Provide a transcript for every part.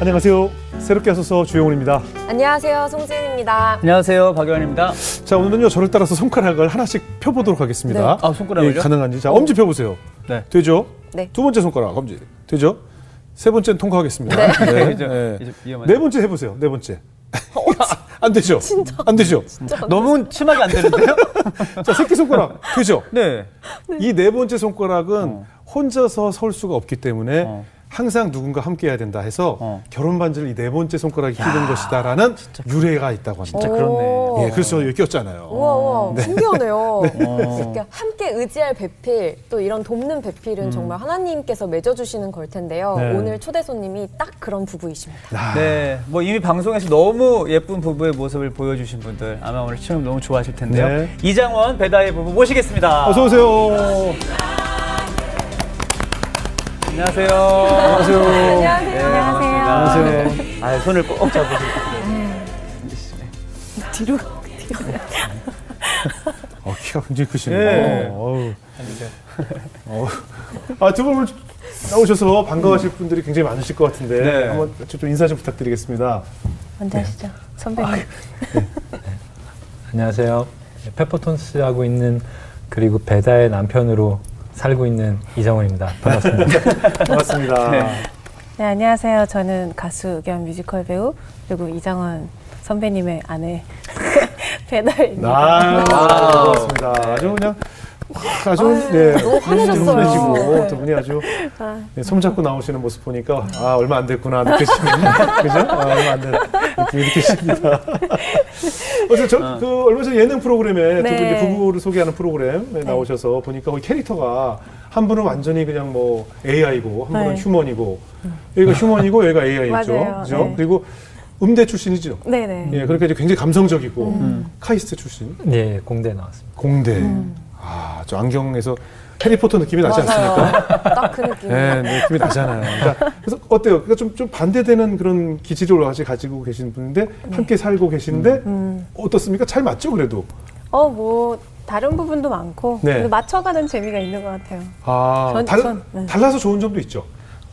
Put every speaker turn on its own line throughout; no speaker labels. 안녕하세요. 새롭게 하소서 주영훈입니다.
안녕하세요, 송지은입니다.
안녕하세요, 박영환입니다.
자 오늘은요 저를 따라서 손가락을 하나씩 펴보도록 하겠습니다.
네. 아, 손가락을요?
예, 가능한지. 자 엄지 펴보세요.
네.
되죠?
네.
두 번째 손가락 엄지. 되죠? 세 번째는 통과하겠습니다. 네.
그죠? 어, 아.
네.
이제 위험하네.
네 번째 해보세요. 네 번째. 안 되죠? 진짜. 안 되죠?
너무 심하게 안 되는데요?
자 새끼 손가락 되죠?
네.
이 네 번째 손가락은 혼자서 설 수가 없기 때문에
어.
항상 누군가 함께 해야 된다 해서
어.
결혼 반지를 이 네 번째 손가락이 끼는 것이다라는 유래가 있다고 합니다.
진짜 그렇네.
어.
예, 그래서 저는 여기 꼈잖아요.
우와, 우와, 신기하네요.
어.
그러니까 함께 의지할 배필, 또 이런 돕는 배필은 정말 하나님께서 맺어주시는 걸 텐데요.
네.
오늘 초대 손님이 딱 그런 부부이십니다.
네, 뭐 이미 방송에서 너무 예쁜 부부의 모습을 보여주신 분들 아마 오늘 시청 너무 좋아하실 텐데요.
네.
이장원 배다의 부부 모시겠습니다.
어서 오세요.
안녕하세요. 안녕하세요.
안녕하세요.
안녕하세요. 아, 손을 꼭 잡으시고.
어, 키가 굉장히 크시네요.
예.
어우. 어우. 아, 두 분 나오셔서 반가워하실 분들이 굉장히 많으실 것 같은데
네.
한번 좀 인사 좀 부탁드리겠습니다.
먼저 하시죠. 선배님.
안녕하세요. 페퍼톤스 하고 있는 그리고 배다의 남편으로 살고 있는 이정훈입니다. 반갑습니다.
반갑습니다.
네, 안녕하세요. 저는 가수 겸 뮤지컬 배우 그리고 이장원 선배님의 아내 배달입니다.
아, 반갑습니다. 아주 그냥 확 아주 예,
너무 환해졌어요.
시두 분이 아주 예, 손잡고 나오시는 모습 보니까 아 얼마 안 됐구나 느끼시는 그죠? 아, 얼마 안 된 느낌이 느끼십니다. 어제 저그 얼마 전에 예능 프로그램에 두 분이
네.
부부를 소개하는 프로그램에 나오셔서 보니까 거기 캐릭터가 한 분은 완전히 그냥 뭐 AI고 한 분은
네.
휴먼이고 얘가 휴먼이고 얘가 AI죠,
맞아요.
그죠?
네.
그리고 음대 출신이죠.
네네.
예, 그러니까 이제 굉장히 감성적이고
음.
카이스트 출신.
예, 공대 나왔습니다.
공대.
음.
아, 저 안경에서 해리포터 느낌이 나지 않습니까?
맞아요. 딱 그 느낌.
네, 느낌이 나잖아요. 그러니까 그래서 어때요? 그러니까 좀, 좀 반대되는 그런 기질을 같이 가지고 계신 분인데
음.
함께 살고 계시는데 어떻습니까? 잘 맞죠, 그래도?
어, 뭐 다른 부분도 많고
네.
근데 맞춰가는 재미가 있는 것 같아요.
아,
전-
달,
전- 네.
달라서 좋은 점도 있죠.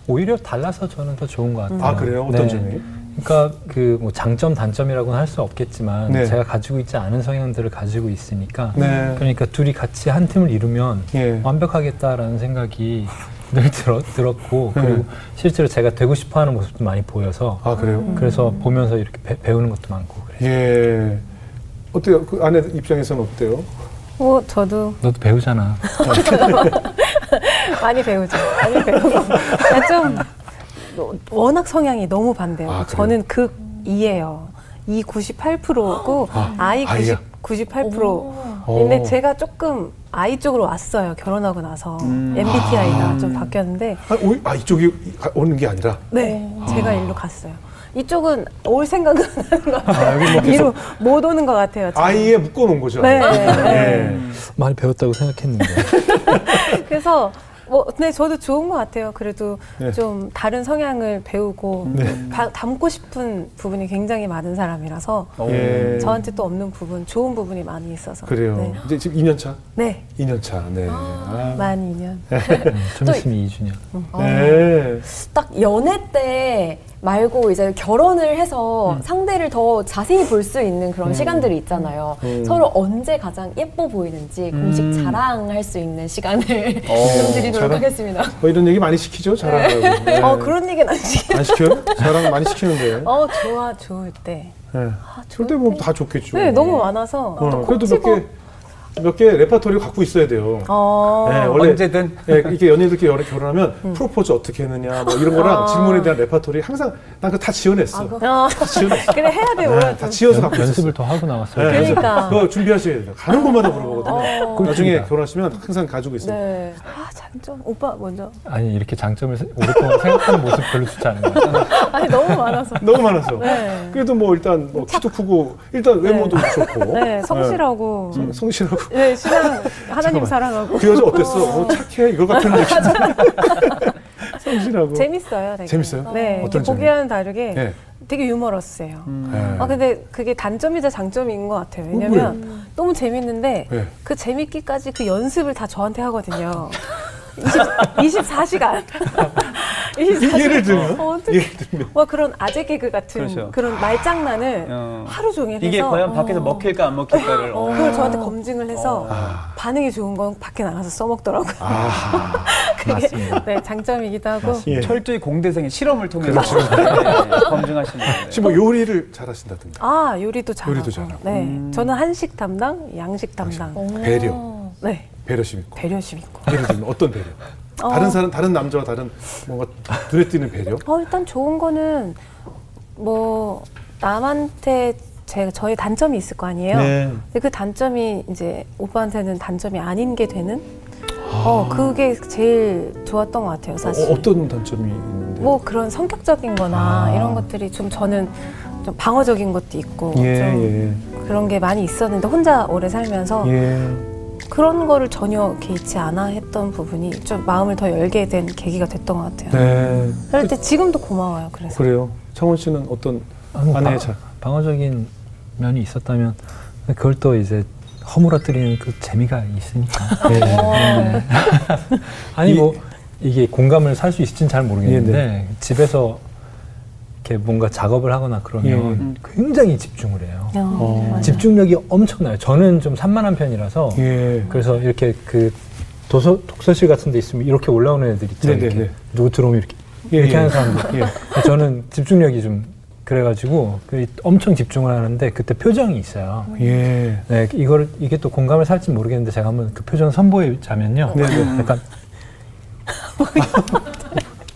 오히려 달라서 저는 더 좋은 것 같아요. 네.
아, 그래요? 어떤 점이?
그러니까 그 뭐 장점 단점이라고는 할 수 없겠지만
네.
제가 가지고 있지 않은 성향들을 가지고 있으니까
네.
그러니까 둘이 같이 한 팀을 이루면
예.
완벽하겠다라는 생각이 늘 들어, 들었고 그리고 실제로 제가 되고 싶어하는 모습도 많이 보여서
네. 아, 그래요?
음.
그래서 보면서 이렇게 배, 배우는 것도 많고 그래요.
예. 어때요? 그 아내 입장에서는 어때요?
어, 저도
너도 배우잖아.
많이 배우죠. 많이 배우고 아, 좀 너- 워낙 성향이 너무 반대요.
아, 그래요?
저는 극 2예요. 이 98%고 아, 이
아이야.
90, 98%. 근데
오.
제가 조금 아이 쪽으로 왔어요. 결혼하고 나서
음.
MBTI가 좀 바뀌었는데
아, 오히- 아, 이쪽이 가- 오는 게 아니라.
네, 제가 일로 갔어요. 이쪽은 올 생각은 안 하는 것 같아요.
아, 여기 뭐 계속
이로 못 오는 것 같아요. 지금.
아이에 묶어놓은 거죠.
네. 음.
예.
많이 배웠다고 생각했는데.
그래서 뭐, 네, 저도 좋은 것 같아요. 그래도
네.
좀 다른 성향을 배우고
네.
다- 담고 싶은 부분이 굉장히 많은 사람이라서
예.
저한테 또 없는 부분, 좋은 부분이 많이 있어서.
그래요.
네.
이제 지금 2년 차.
네,
2년 차. 네. 아.
만 2년.
음, 좀
또
있으면 2주년.
아.
네.
딱 연애 때 말고 이제 결혼을
음.
해서 상대를 더 자세히 볼 수 있는 그런 시간들이 있잖아요.
음.
서로 언제 가장 예뻐 보이는지 공식 자랑할 수 있는 시간을
어,
드리도록
자랑?
하겠습니다.
뭐 이런 얘기 많이 시키죠? 자랑하고. 네.
어, 그런 얘기는 안 시켜.
안 시켜요? 자랑 많이 시키는데.
어, 좋아, 좋을 때.
네. 절대 뭐 다 좋겠죠.
네, 너무 많아서.
어,
또
그래도 몇
콕
개, 몇 개 레파토리 갖고 있어야 돼요.
어,
네,
언제든.
예, 이렇게 연예인들끼리 연애 결혼하면
음.
프로포즈 어떻게 했느냐 뭐 이런
아.
거랑 질문에 대한 레파토리 항상 난 그거 다 지어냈어.
어,
다 네. 지어냈어.
그래 해야 돼
네,
오늘
다 지어서 갖고 있었어.
연습을 더 하고 나왔어요.
네, 그래서
그러니까.
그거 준비하셔야 돼요. 가는 곳마다 물어보거든요.
꿀팁이다.
나중에 결혼하시면 항상 가지고 있어요.
네.
아 장점 오빠 먼저
아니 이렇게 장점을 세- 오랫동안 생각하는 모습 별로 좋지 않은 것 같아요.
아니 너무 많아서
너무 많아서.
네.
그래도 뭐 일단 뭐 키도 크고 일단 외모도 좋고.
네 성실하고
네. 성실하고.
네 신앙 하나님 사랑하고
그 여자 어땠어? 어, 착해? 이걸 같은 느낌. 성실하고.
재밌어요 되게.
뭐 재밌어요?
네
어떤
이게
점이?
보기와는 다르게
네.
되게 유머러스해요
음.
네. 어,
아 근데 그게 단점이자 장점인 것 같아요 왜냐면 너무 재밌는데
네.
그 재밌기까지 그 연습을 다 저한테 하거든요 20, 24시간
예를 들면
어, 어떡해.
예를 들면
뭐 그런 아재 개그 같은
그렇죠.
그런 말장난을
어.
하루 종일 해서
이게 과연 밖에서
어.
먹힐까 안 먹힐까를 어.
그걸 저한테 검증을 해서
아.
반응이 좋은 건 밖에 나가서 써먹더라고요.
맞습니다.
네, 장점이기도 하고
예.
철저히 공대생의 실험을 통해서 네, 검증하시는 거예요.
혹시 뭐 요리를 잘하신다든가
아 요리도 잘하고,
요리도 잘하고. 음. 어.
네, 저는 한식 담당, 양식 담당,
배려
네
배려심 있고
배려심 있고.
예를 들면 어떤 배려 다른 사람 다른 남자와 다른 뭔가 눈에 띄는 배려
어, 일단 좋은 거는 뭐 남한테 제 저의 단점이 있을 거 아니에요.
네.
근데 그 단점이 이제 오빠한테는 단점이 아닌 게 되는. 어, 그게 제일 좋았던 것 같아요, 사실.
아. 어, 떤 단점이 있는데
뭐 그런 성격적인 거나
아.
이런 것들이 좀 저는 좀 방어적인 것도 있고 좀
예예예
그런 게 많이 있었는데 혼자 오래 살면서
예.
그런 거를 전혀 이렇게 있지 않아 했던 부분이 좀 마음을 더 열게 된 계기가 됐던 것 같아요.
네
그럴 때 지금도 고마워요. 그래서
그래요 창원 씨는 어떤
음.
아, 뭐
아내의
방-
잘
방어적인 면이 있었다면 그걸 또 이제 허물어뜨리는 그 재미가 있으니까. 예, 예. 아니 뭐 이게 공감을 살 수 있을지는 잘 모르겠는데
예,
집에서 이렇게 뭔가 작업을 하거나 그러면 굉장히 집중을 해요.
어,
어.
맞아요.
집중력이 엄청나요. 저는 좀 산만한 편이라서
예
그래서 이렇게 그 도서 독서실 같은 데 있으면 이렇게 올라오는 애들 있잖아요.
네네네.
이렇게 누구 들어오면 이렇게 이렇게 하는 사람들.
예.
저는 집중력이 좀 그래가지고 그 엄청 집중을 하는데 그때 표정이 있어요.
예.
네, 이걸 이게 또 공감을 살지 모르겠는데 제가 한번 그 표정 선보이자면요.
네네.
약간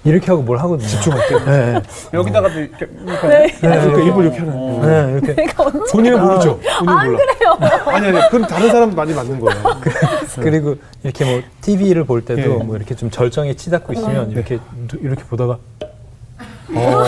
이렇게 하고 뭘 하거든요. 집중할게요. 네, 네.
여기다가 이렇게 음, 이렇게
그러니까 입을 이렇게 하는.
네, 네, 이렇게 아,
본인은 모르죠. 본인은 몰라. 그래요. 아니 아니. 그럼 다른 사람 많이 맞는 거예요.
그리고 이렇게 뭐 TV를 볼 때도
네. 예. 네.
뭐 이렇게 좀 절정에
어.
치닫고 있으면 이렇게 누- 이렇게 보다가
어.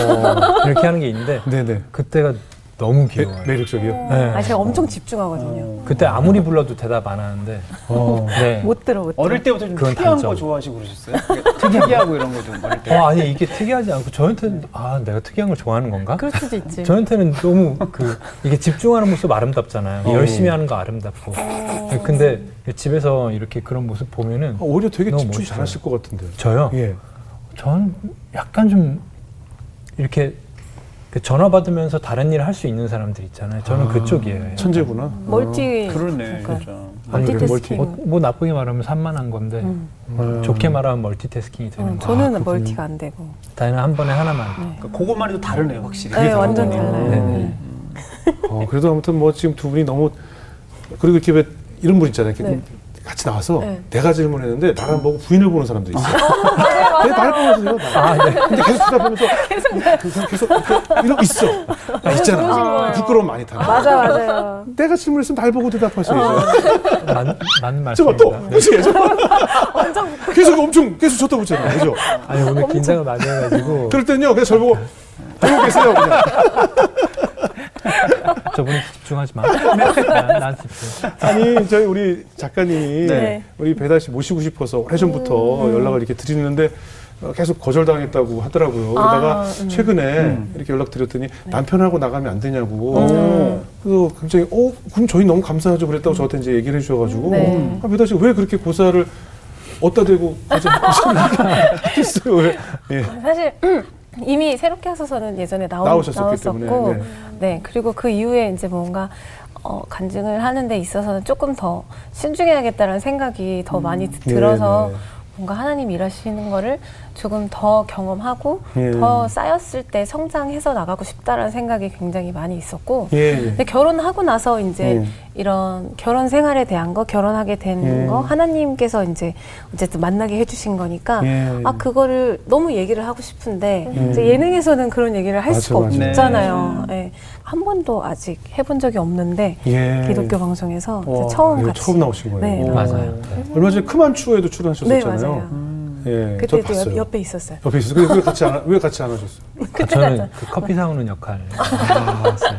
이렇게 하는 게 있는데
네네. 네.
그때가 너무
매,
귀여워요.
매력적이요.
네. 어.
아, 제가 엄청 집중하거든요.
그때 아무리 불러도 대답 안 하는데.
어.
네.
못 들어, 못 들어.
어릴 때부터 좀
그건
특이한
단점.
거 좋아하시고 그러셨어요? 특이하고 이런 거 좀 어릴 때.
어, 아니 이게 특이하지 않고 저한테는 아 내가 특이한 걸 좋아하는 건가?
네. 그럴 수도 있지.
저한테는 너무 그 이게 집중하는 모습 아름답잖아요.
어.
열심히 하는 거 아름답고.
어.
근데 집에서 이렇게 그런 모습 보면은
아, 오히려 되게
너무
집중
멋있어요. 아.
잘하실 것 같은데.
저요.
예.
전 약간 좀 이렇게 그 전화 받으면서 다른 일을 할 수 있는 사람들 있잖아요. 저는 그쪽이에요. 예.
천재구나.
아.
멀티.
그러네.
그러니까.
진짜.
아니, 그
멀티태스킹.
뭐, 뭐 나쁘게 말하면 산만한 건데
음.
좋게 말하면 멀티태스킹이
어,
되는데
저는 멀티가 안 되고.
다이는 한 번에 하나만.
그러니까 그것만 해도 다르네요, 확실히.
네, 완전 달라요.
네,
네.
네.
어, 그래도 아무튼 뭐 지금 두 분이 너무 그리고 이렇게 왜 이런 분 있잖아요. 이렇게
네.
같이 나와서
네.
내가 질문했는데 나를 안 보고 부인을 보는 사람도 있어요. 내 나를 보면서 이거 나.
아, 네.
근데 계속 대답하면서 아, 네, 계속 네. 아, 계속 이렇게 이러고 있어. 나 있잖아. 부끄러움 많이 타는. 거야.
맞아, 맞아요.
내가 질문했으면 날 보고 대답하셔야죠.
네.
맞, 맞는
저거 또
말씀입니다. 네.
그치? 계속 엄청 계속 쳐다보잖아요. 그죠?
아니 오늘 긴장을 많이 해가지고
그럴 땐요 그냥 절 보고 보고 계세요 그냥.
저분이 집중하지 마. 난, 난 집중.
아니 저희 우리 작가님이
네.
우리 배달 씨 모시고 싶어서 오래전부터
음.
연락을 이렇게 드리는데 어, 계속 거절당했다고 하더라고요.
아,
그러다가
음.
최근에 이렇게 연락드렸더니
네.
남편하고 나가면 안 되냐고.
음.
그래서 굉장히 어 그럼 저희 너무 감사하죠 그랬다고 저한테 이제 얘기를 해주셔가지고
네.
아, 배달 씨 왜 그렇게 고사를 어디다 대고 했어요. 예.
사실 이미 새롭게 하소서는 예전에 나온,
나오셨었기
나왔었고,
때문에, 네.
네. 그리고 그 이후에 이제 뭔가 어, 간증을 하는 데 있어서는 조금 더 신중해야겠다는 생각이 더 많이 드-
네,
들어서
네.
뭔가 하나님 일하시는 거를 조금 더 경험하고
예.
더 쌓였을 때 성장해서 나가고 싶다라는 생각이 굉장히 많이 있었고
예. 예.
근데 결혼하고 나서 이제
음.
이런 결혼 생활에 대한 거, 결혼하게 된
예.
거, 하나님께서 이제 어쨌든 만나게 해주신 거니까,
예.
아, 그거를 너무 얘기를 하고 싶은데,
예.
이제 예능에서는 그런 얘기를 할
맞아,
수가
맞아.
없잖아요. 예. 한 번도 아직 해본 적이 없는데,
예.
기독교 방송에서 이제
와,
처음
이거
같이.
처음 나오신 거예요.
네,
오. 음.
맞아요.
얼마 전에 크만 추에도
네,
출연하셨잖아요.
맞아요.
예, 저도
그때도
봤어요.
옆, 옆에 있었어요.
옆에 있어요. 근데 왜 같이 안, 왜 같이 안 하셨어요?
저는 그 커피 사오는 역할.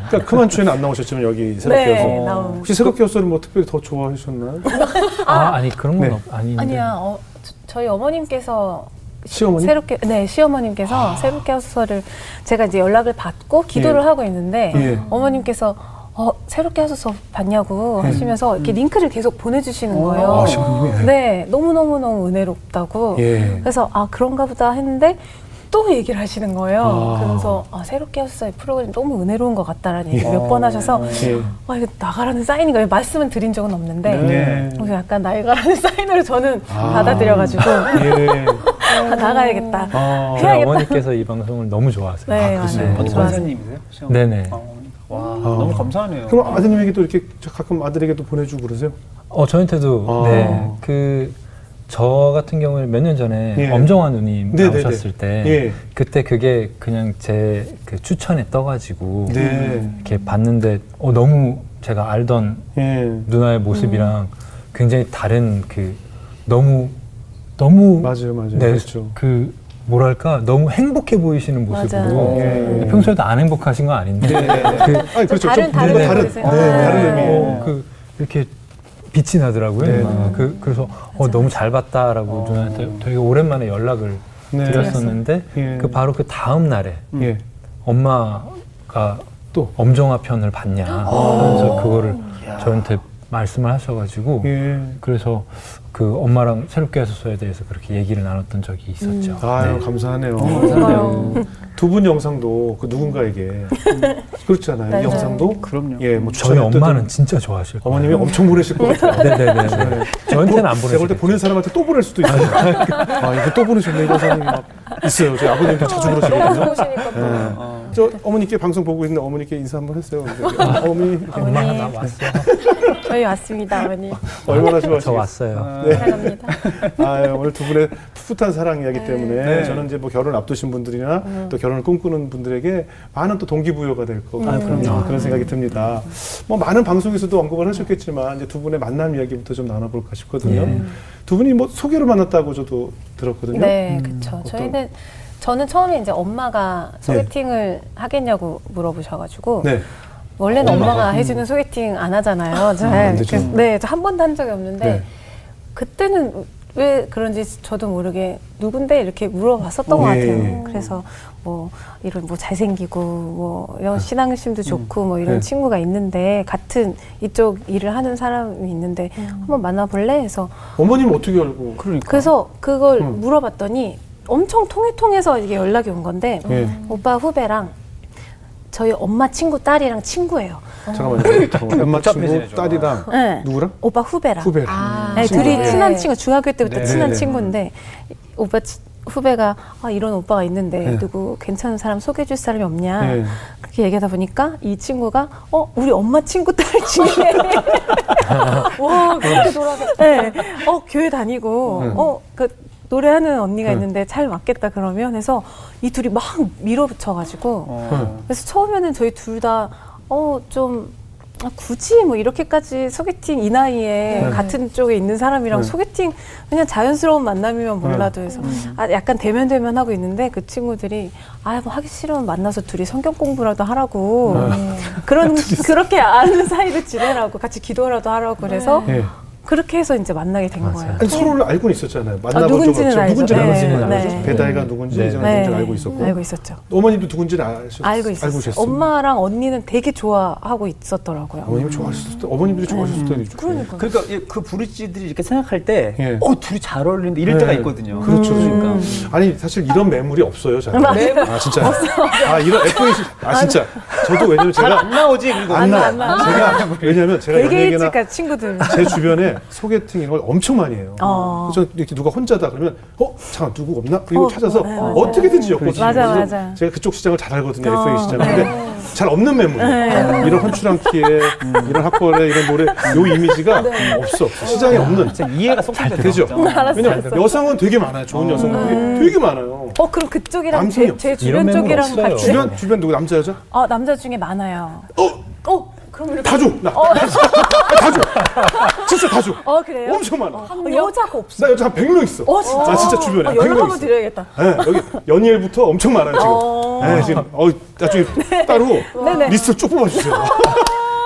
그러니까 그만 추에는 안 나오셨지만 여기 새롭게
네, 그
여서
나온.
혹시 새롭게 여서는 뭐 특별히 더 좋아하셨나요?
아 아니 그런 건
네.
없, 아닌데.
아니야, 어, 저- 저희 어머님께서
시어머니? 아.
새롭게 네 시어머님께서 새롭게 하소서를 제가 이제 연락을 받고 기도를
예.
하고 있는데
예.
어머님께서 어 새롭게 하소서 봤냐고 하시면서 이렇게 링크를 계속 보내주시는 거예요.
예. 음. 아, 시어머님이?
네 너무 너무 너무 은혜롭다고
예.
그래서 아 그런가 보다 했는데 또 얘기를 하시는 거예요.
아.
그래서 아, 새롭게 하셨어요. 이 프로그램 너무 은혜로운 것 같다라는 얘기 몇 번 하셔서
예.
와 이거 나가라는 사인인가 요 말씀은 드린 적은 없는데
네.
그래서 약간 나가라는 사인으로 저는
아.
받아들여가지고
예.
아, 나가야겠다.
아,
저희 어머니께서 이 방송을 너무 좋아하세요.
네, 맞아요.
어머니
좋아서.
선생님이세요? 시험?
네네.
아, 어머니. 와 너무 감사하네요.
그럼 아드님에게 또 이렇게 저- 가끔 아들에게 도 보내주고 그러세요?
어 저한테도
아.
네. 그 저 같은 경우에 몇 년 전에
예.
엄정화 누님
네네네.
나오셨을 때
예.
그때 그게 그냥 제 그 추천에 떠가지고
네.
이렇게 봤는데 어, 너무 제가 알던
예.
누나의 모습이랑
음.
굉장히 다른 그 너무 너무
맞아요, 맞아요.
네,
그렇죠.
그 뭐랄까 너무 행복해 보이시는 모습으로
맞아요.
예. 평소에도 안 행복하신 건 아닌데 그,
아니, 그렇죠.
다른-
좀 뭔가
다른
다른,
의미에서.
네,
아.
다른 의미예요.
어.
어, 그 이렇게 빛이 나더라고요.
네.
막. 그, 그래서 어, 너무 잘 봤다라고
어.
누나한테 되게 오랜만에 연락을
네.
드렸었는데
예.
그 바로 그 다음 날에
예.
엄마가
또.
엄정화 편을 봤냐 하면서 그거를 저한테 말씀을 하셔가지고
예.
그래서 그 엄마랑 새롭게 하셨어에 대해서 그렇게 얘기를 나눴던 적이 있었죠.
아유,
네.
감사하네요.
감사하네요.
두 분 영상도 그 누군가에게 그렇잖아요. 이
맞아요.
영상도
그럼요.
예, 뭐
네. 저희
추천했던
엄마는 진짜 좋아하실 거예요.
어머님이 엄청 보내실 것 같아요.
네네네. 저한테는 안
제가 볼 때
보내시겠죠.
보낸 사람한테 또 보낼 수도 있어요. 아, 이거 또 보내셨네, 이런 사람이 막 있어요. 저희 아버님도 자주 그러시거든요.
보시니까 또
예.
어.
저 어머니께 방송 보고 있는데 어머니께 인사 한번 했어요. 근데 어머니 이렇게
엄마 나 왔어.
저희 왔습니다, 어머니.
얼마나 좋아하시겠어요.
저 왔어요.
네.
네.
사랑합니다.
아, 예, 오늘 두 분의 풋풋한 사랑 이야기 때문에
네.
저는 이제 뭐 결혼 앞두신 분들이나
네.
또 결혼을 꿈꾸는 분들에게 많은 또 동기부여가 될 것 같은 아,
네.
그런 생각이 듭니다. 뭐 많은 방송에서도 언급을 하셨겠지만 이제 두 분의 만남 이야기부터 좀 나눠볼까 싶거든요.
네.
예.
두 분이 뭐 소개로 만났다고 저도 들었거든요.
네, 그렇죠.
어떤-
저희는 저는 처음에 이제 엄마가 소개팅을 하겠냐고 물어보셔가지고
네.
원래는
엄마가. 음.
엄마가, 해주는 소개팅 안 하잖아요.
아,
잘.
안 되죠.
그래서 네, 저 한 번도 한 적이 없는데
네.
그때는 왜 그런지 저도 모르게 누군데 이렇게 물어봤었던 것
예,
같아요.
예.
그래서 뭐 이런 뭐 잘생기고 뭐 이런 신앙심도 좋고 뭐 이런
네.
친구가 있는데 같은 이쪽 일을 하는 사람이 있는데
음.
한번 만나볼래 해서
어머님 어떻게 알고?
그러니까.
그래서 그걸
음.
물어봤더니 엄청 통해통해서 이게 연락이 온 건데
예.
오빠 후배랑 저희 엄마 친구 딸이랑 친구예요.
잠깐만요. 잠깐만요. 엄마 친구
음. 복잡해지네,
딸이랑
네.
어. 누구랑?
오빠 후배랑.
후배랑. 아,
네, 둘이
친구랑. 예.
친한 친구, 중학교 때부터
네.
친한
네.
친구인데 오빠 치- 후배가 아, 이런 오빠가 있는데
네.
누구 괜찮은 사람 소개해줄 사람이 없냐
네.
그렇게 얘기하다 보니까 이 친구가 어 우리 엄마 친구 딸 중에
와 그렇게 돌아가
네. 어, 교회 다니고,
음.
어, 그, 노래하는 언니가
음.
있는데 잘 맞겠다 그러면 해서 이 둘이 막 밀어붙여가지고.
네.
어.
그래서 처음에는 저희 둘 다, 어, 좀, 아, 굳이 뭐 이렇게까지 소개팅 이 나이에 같은 쪽에 있는 사람이랑
음.
소개팅 그냥 자연스러운 만남이면 몰라도 해서 아, 약간 대면대면 하고 있는데 그 친구들이 아 뭐 하기 싫으면 만나서 둘이 성경 공부라도 하라고 그런 그렇게 아는 사이로 지내라고 같이 기도라도 하라고 그래서
예.
그렇게 해서 이제 만나게 된
맞아요.
거예요.
아니, 서로를 알고는 있었잖아요. 만나본 적
누군지는
없죠.
알죠.
누군지는
네,
알았잖아요.
네.
그죠? 배다이가 누군지
네.
이제는
네.
누군지 알고 있었고.
알고 있었죠.
어머님도 누군지는 아셨,
알고 있었어요.
알고 엄마.
엄마랑 언니는 되게 좋아하고 있었더라고요.
어머님 좋아하셨을 때, 어머님들이 좋아하셨을 네. 때.
네. 그러니까
그러니까 이- 그 부르찌들이 이렇게 생각할 때,
예.
어 둘이 잘 어울리는데 이럴
네.
때가 있거든요.
그렇죠.
음.
그러니까.
아니 사실 이런 매물이 없어요. 저는. 아 진짜. 아 이런 FAC. 아 진짜. 저도 왜냐면
잘 안
제가
나오지 그리고.
안 나. 제가 왜냐면 제가
되게
연예계나
일찍 간 친구들.
제 주변에 소개팅 이런 걸 엄청 많이 해요.
어.
그래서 이렇게 누가 혼자다 그러면 어 잠깐 누구 없나 그리고
어,
찾아서
네, 맞아요.
어, 떻게든지 엮거든요.
맞아,
그래서
맞아.
제가 그쪽 시장을 잘 알거든요.
어, 네.
FA 시장. 근데 잘 없는 매물. 이런 헌출한 키에
음.
이런 학벌에 이런 노래 요 이미지가
네.
없어. 시장에 없는.
진짜 이해가 쏙쏙
되죠.
되죠.
왜냐면 여성은 되게 많아요. 좋은
음.
여성은
네.
되게 많아요.
어 그럼 그쪽이랑
남성이
제,
없어요.
제
이런
주변
멤버
쪽이랑
없어요.
같이.
주변 주변 누구 남자 여자?
어 남자 중에 많아요.
어,
어 그럼 이렇게.
다 줘. 나, 다 줘. 아, 다 줘. 진짜 다 줘.
어 그래요?
엄청 많아.
어, 여자가 없어.
나 여자 한 100명 있어.
어 진짜.
나 진짜 주변에
어,
한
연락
100명 있어.
한번 드려야겠다.
예, 여기 연예일부터 엄청 많아요 지금. 예, 지금 어 나중에 따로
네네.
리스트 쭉 뽑아주세요.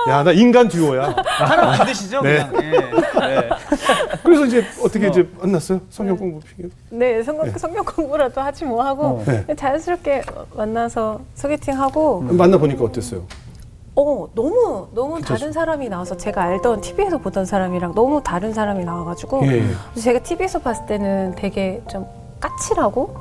야 나 인간 듀오야.
하나 받으시죠.
네.
그냥. 예. 네.
그래서 이제 어떻게 이제 만났어요? 성경 공부 피겨.
네, 성경, 성경 공부라도 하지 뭐 하고
네.
자연스럽게 만나서 소개팅하고
만나 보니까 어땠어요?
어 너무 너무 다른 사람이 나와서 제가 알던 TV에서 보던 사람이랑 너무 다른 사람이 나와가지고
예.
제가 TV에서 봤을 때는 되게 좀 까칠하고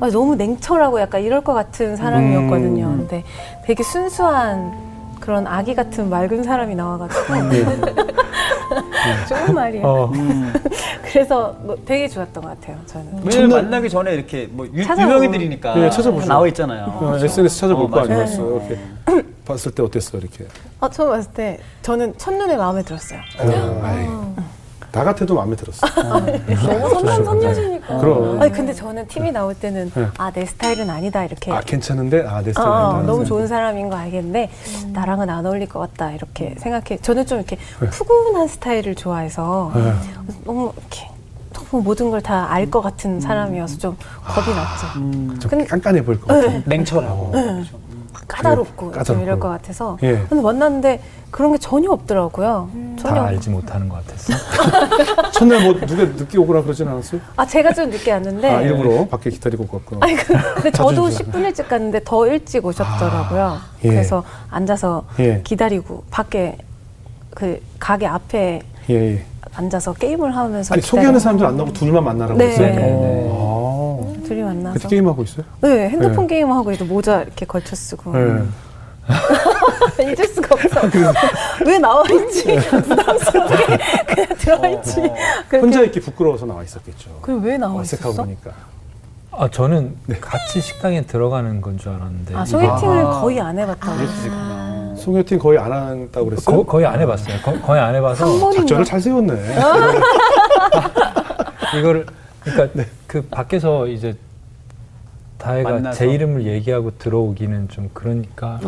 아, 너무 냉철하고 약간 이럴 것 같은 사람이었거든요.
음.
근데 되게 순수한 그런 아기 같은 맑은 사람이 나와가지고 좋은
네.
말이에요.
어.
음. 그래서 뭐 되게 좋았던 것 같아요. 저는.
매일
첫날-
만나기 전에 이렇게 뭐 유,
찾아보고.
유명인들이니까
예, 찾아보죠.
다 나와 있잖아요.
어, SNS 찾아볼
어,
거
맞아요. 네.
아니었어요. 이렇게 봤을 때 어땠어 이렇게.
어, 처음 봤을 때 저는 첫눈에 마음에 들었어요.
어, 아이. 나 같아도 마음에 들었어.
네.
너무 선남 선녀시니까.
그럼.
아니, 근데 저는 TV 나올 때는
네.
아 내 스타일은 아니다
네.
이렇게
아 괜찮은데 아내
어,
스타일
어,
아니다.
너무 좋은 사람인 거 알겠는데 나랑은 안 어울릴 것 같다 이렇게
음.
생각해 저는 좀 이렇게 푸근한 스타일을 좋아해서
네.
너무 이렇게 너무 모든 걸 다 알 것
음.
같은 사람이어서 좀
아.
겁이 났죠
좀
근데- 네.
깐깐해 보일 것 같아.
냉철하고.
까다롭고 좀
까다롭고.
이럴 것 같아서
예.
근데 만났는데 그런 게 전혀 없더라고요 전혀
다 알지 못하는 것 같았어.
첫날 뭐 누가 늦게 오거나 그러진 않았어요?
아 제가 좀 늦게 왔는데 그
아 일부러 밖에 기다리고 갔구나.
아. 근데 저도
자존심.
10분 일찍 갔는데 더 일찍 오셨더라고요.
예.
그래서 앉아서
예.
기다리고 밖에 그 가게 앞에
예, 예.
앉아서 게임을 하면서
아니 소개하는 사람들 안 나오고 둘만 만나라고
네.
했어요.
네.
네. 아.
사람 둘이 만나서
그때 게임 하고 있어요?
네 핸드폰
네.
게임 하고 있도 모자 이렇게 걸쳐 쓰고
네. 아,
잊을 수가 없어 왜 나와 있지
네.
부담스럽게 그냥 들어와 있지 그렇게
혼자 있기 부끄러워서 나와 있었겠죠.
그럼 왜 나와
어색하고
있었어?
보니까.
아 저는 같이 식당에 들어가는 건 줄 알았는데
아 소개팅을
아.
거의 안 해봤다고
소개팅 거의 안 한다고 그랬어요?
거, 거의 안 해봤어요. 거, 거의 안
한
해봐서
번인가?
작전을 잘 세웠네.
이거를 그러니까 그 밖에서 이제 다혜가
만나서.
제 이름을 얘기하고 들어오기는 좀 그러니까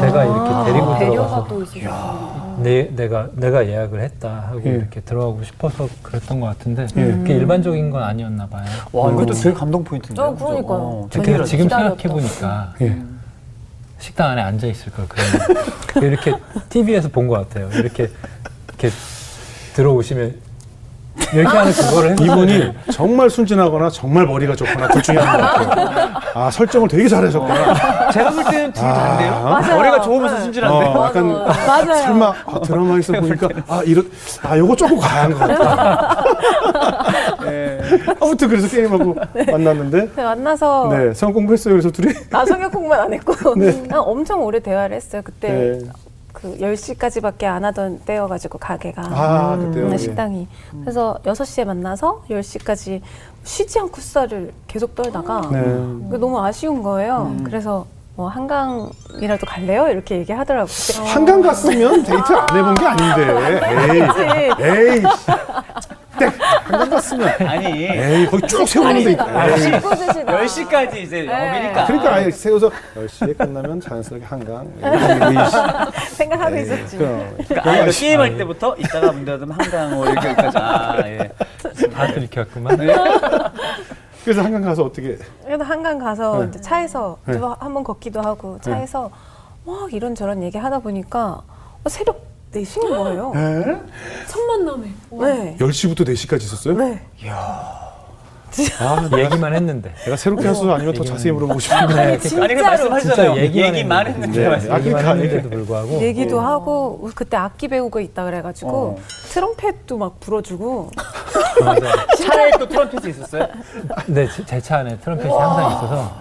제가 이렇게 데리고
아. 배려가
들어가서
또 있으셨구나.
내, 내가 내가 예약을 했다 하고
예.
이렇게 들어가고 싶어서 그랬던 것 같은데
예.
그게 일반적인 건 아니었나 봐요.
음.
와 이것도 되게 감동 포인트인데.
어, 그러니까요.
근데 지금
기다렸다.
생각해 보니까
예.
식당 안에 앉아 있을 걸 그냥 이렇게 TV에서 본 것 같아요. 이렇게 이렇게 들어오시면 얘기하는 그거를 했는데
이분이 정말 순진하거나 정말 머리가 좋거나 둘 중에 하나인 것 같아요. 아 설정을 되게 잘하셨구나.
제가 볼 때는 둘 다인데요.
아.
머리가 좋으면서 순진한데.
어, 약간
아, 맞아요.
설마 아, 드라마에서 보니까 아 이런 아 요거 조금 과한 것 같다.
예.
아무튼 그래서 게임하고 만났는데
네, 만나서
네 성악 공부했어요. 그래서 둘이
나 성격공만 안 했고 난 엄청 오래 대화를 했어요. 그때
네.
그 10시까지밖에 안 하던 때여가지고 가게가
아 그때요.
음,
예.
식당이 그래서 6시에 만나서 10시까지 쉬지 않고 수다를 계속 떨다가
네. 음.
그게 너무 아쉬운 거예요. 그래서 뭐 한강이라도 갈래요? 이렇게
어.
얘기하더라고요. 그때
한강 갔으면 데이트 안 해본 게 아닌데. 에이, 에이, 씨. 땡. 한강 갔으면.
아니
에이, 거기 쭉 세우는
아,
데
네.
있다. 그, 에이.
10시까지 이제 업이니까.
그러니까 아예 세워서 10시에 끝나면 자연스럽게 한강. 에이, 씨.
생각하고
네.
있었지.
그럼.
그러니까 아, 이거 게임할 때부터 이따가 문닫으면 한강 뭐 이렇게 여기까지. 아, 예.
다 들켰구만.
그래서 한강 가서 어떻게
그래도 한강 가서
네.
이제 차에서
네.
한번 걷기도 하고 차에서 막 이런저런 얘기하다 보니까 어, 새벽 4시인 거예요.
네.
첫 만남에.
네.
10시부터 4시까지 있었어요?
네.
네.
아, 얘기만 했는데.
내가 새롭게 할 수도 아니면 더 자세히 물어보고 싶은데.
네,
아니 그 말씀하셨잖아요.
진짜 얘기만
얘기만
했는데.
했는데
네.
말씀.
아,
얘기만
그러니까,
했는데도 불구하고
얘기도
어.
하고 우리 그때 악기 배우고 있다 그래가지고
어.
트럼펫도 막 불어주고
맞아요.
차에 또 트럼펫이 있었어요?
네, 제 차 안에 트럼펫이 항상 있어서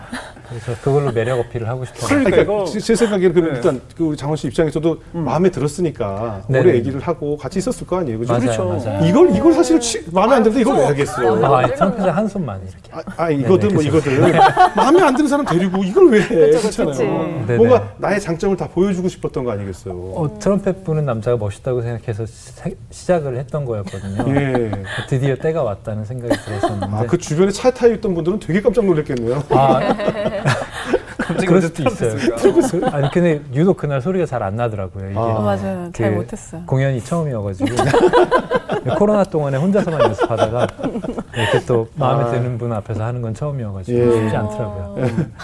그래서 그걸로 매력 어필을 하고 싶어요.
그러니까
이거-
제, 제 생각에는 그
네.
일단 그 우리 장원 씨 입장에서도 마음에 들었으니까
네.
오래 얘기를 하고 같이 있었을 거 아니에요. 그죠?
맞아요,
그렇죠.
맞아요.
이걸 이걸 사실 치, 마음에 안 드는데 이걸 왜 하겠어요?
아, 아니, 트럼펫이 한 손만 이렇게.
아, 아 이거든 뭐 이거든 마음에 안 드는 사람 데리고 이걸 왜 해? 그렇잖아요.
그치.
뭔가
네네.
나의 장점을 다 보여주고 싶었던 거 아니겠어요?
어, 트럼펫 부는 남자가 멋있다고 생각해서 시, 작을 했던 거였거든요.
예.
드디어 때가 왔다는 생각이 들었었는데.
아 그 주변에 차 타고 있던 분들은 되게 깜짝 놀랐겠네요.
아,
갑자기
그럴
또
수도 있어요.
트럼펫이 있어요.
그- 아니 근데 유독 그날 소리가 잘 안 나더라고요. 이게
아.
맞아요 잘
그
못했어요
공연이 처음이어가지고 코로나 동안에 혼자서만 연습하다가 이렇게 또 마음에
아.
드는 분 앞에서 하는 건 처음이어가지고
예.
쉽지 않더라고요.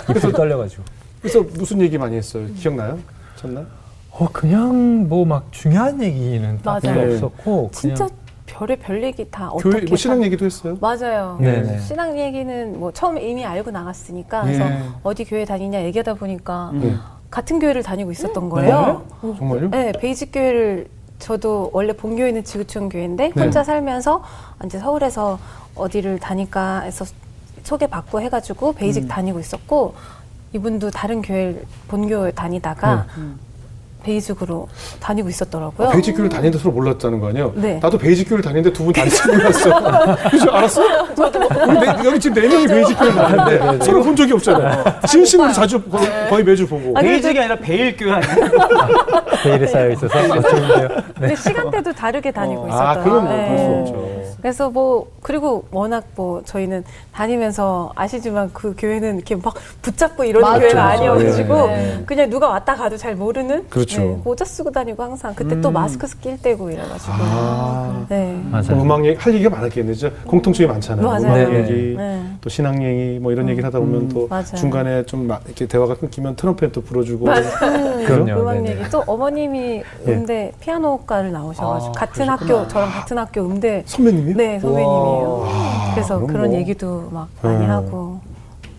입술 떨려가지고.
그래서 무슨 얘기 많이 했어요? 기억나요? 첫날?
어 그냥 뭐 막 중요한 얘기는 딱히
맞아요.
없었고 그냥
진짜 별의 별 얘기 다
교회
어떻게
뭐 신앙
다-
얘기도 했어요.
맞아요
네네.
신앙 얘기는 뭐 처음 이미 알고 나갔으니까 그래서
예.
어디 교회 다니냐 얘기하다 보니까
네.
같은 교회를 다니고 있었던 거예요
정말요?
네 베이직 교회를 저도 원래 본교회는 지구촌 교회인데
네.
혼자 살면서 이제 서울에서 어디를 다니까 해서 소개받고 해가지고
음.
베이직 다니고 있었고 이분도 다른 교회 본교 다니다가 베이직으로 다니고
네.
있었더라고요.
아, 베이직 교를 다니는데 서로 몰랐다는 거 아니에요?
네.
나도 베이직 교를 다니는데 두 분 다니지 몰랐어. 그죠? 알았어? 우리 네, 여기 지금 네 명이 베이직 교를
네,
다니는데 서로 본 적이 없잖아요.
어.
진심으로 자주 거의, 거의 매주 보고.
아니,
베이직이 아니라 베일교회 아니야?
그 베일에 쌓여 있어서 어쩌는데요. 아,
근데 시간대도 다르게 다니고
아,
있었더라고요.
그럼 뭐,
네.
그럴 수 없죠.
그래서 뭐 그리고 워낙 뭐 저희는 다니면서 아시지만 그 교회는 이렇게 막 붙잡고 이러는
맞죠.
교회가 아니어가지고
네.
그냥 누가 왔다 가도 잘 모르는 네,
그렇죠. 음.
모자 쓰고 다니고 항상 그때 또 마스크 끼낄 때고 이래가지고
아.
네.
뭐
맞아요.
음악 얘기, 할 얘기가 많았겠네. 요 공통점이 많잖아요.
뭐 맞아요.
음악
네.
얘기,
네. 음,
또 신앙 얘기, 뭐 이런 얘기를 하다 보면 또
맞아요.
중간에 좀 막 이렇게 대화가 끊기면 트럼펫 또 불어주고.
그럼요.
음악
네네.
얘기 또 어머님이
예.
음대 피아노과를
아,
나오셔가지고 같은 학교 저랑 같은 학교 음대
선배님이?
네 선배님이에요.
와,
그래서
그럼
그런
뭐.
얘기도 막 많이
음.
하고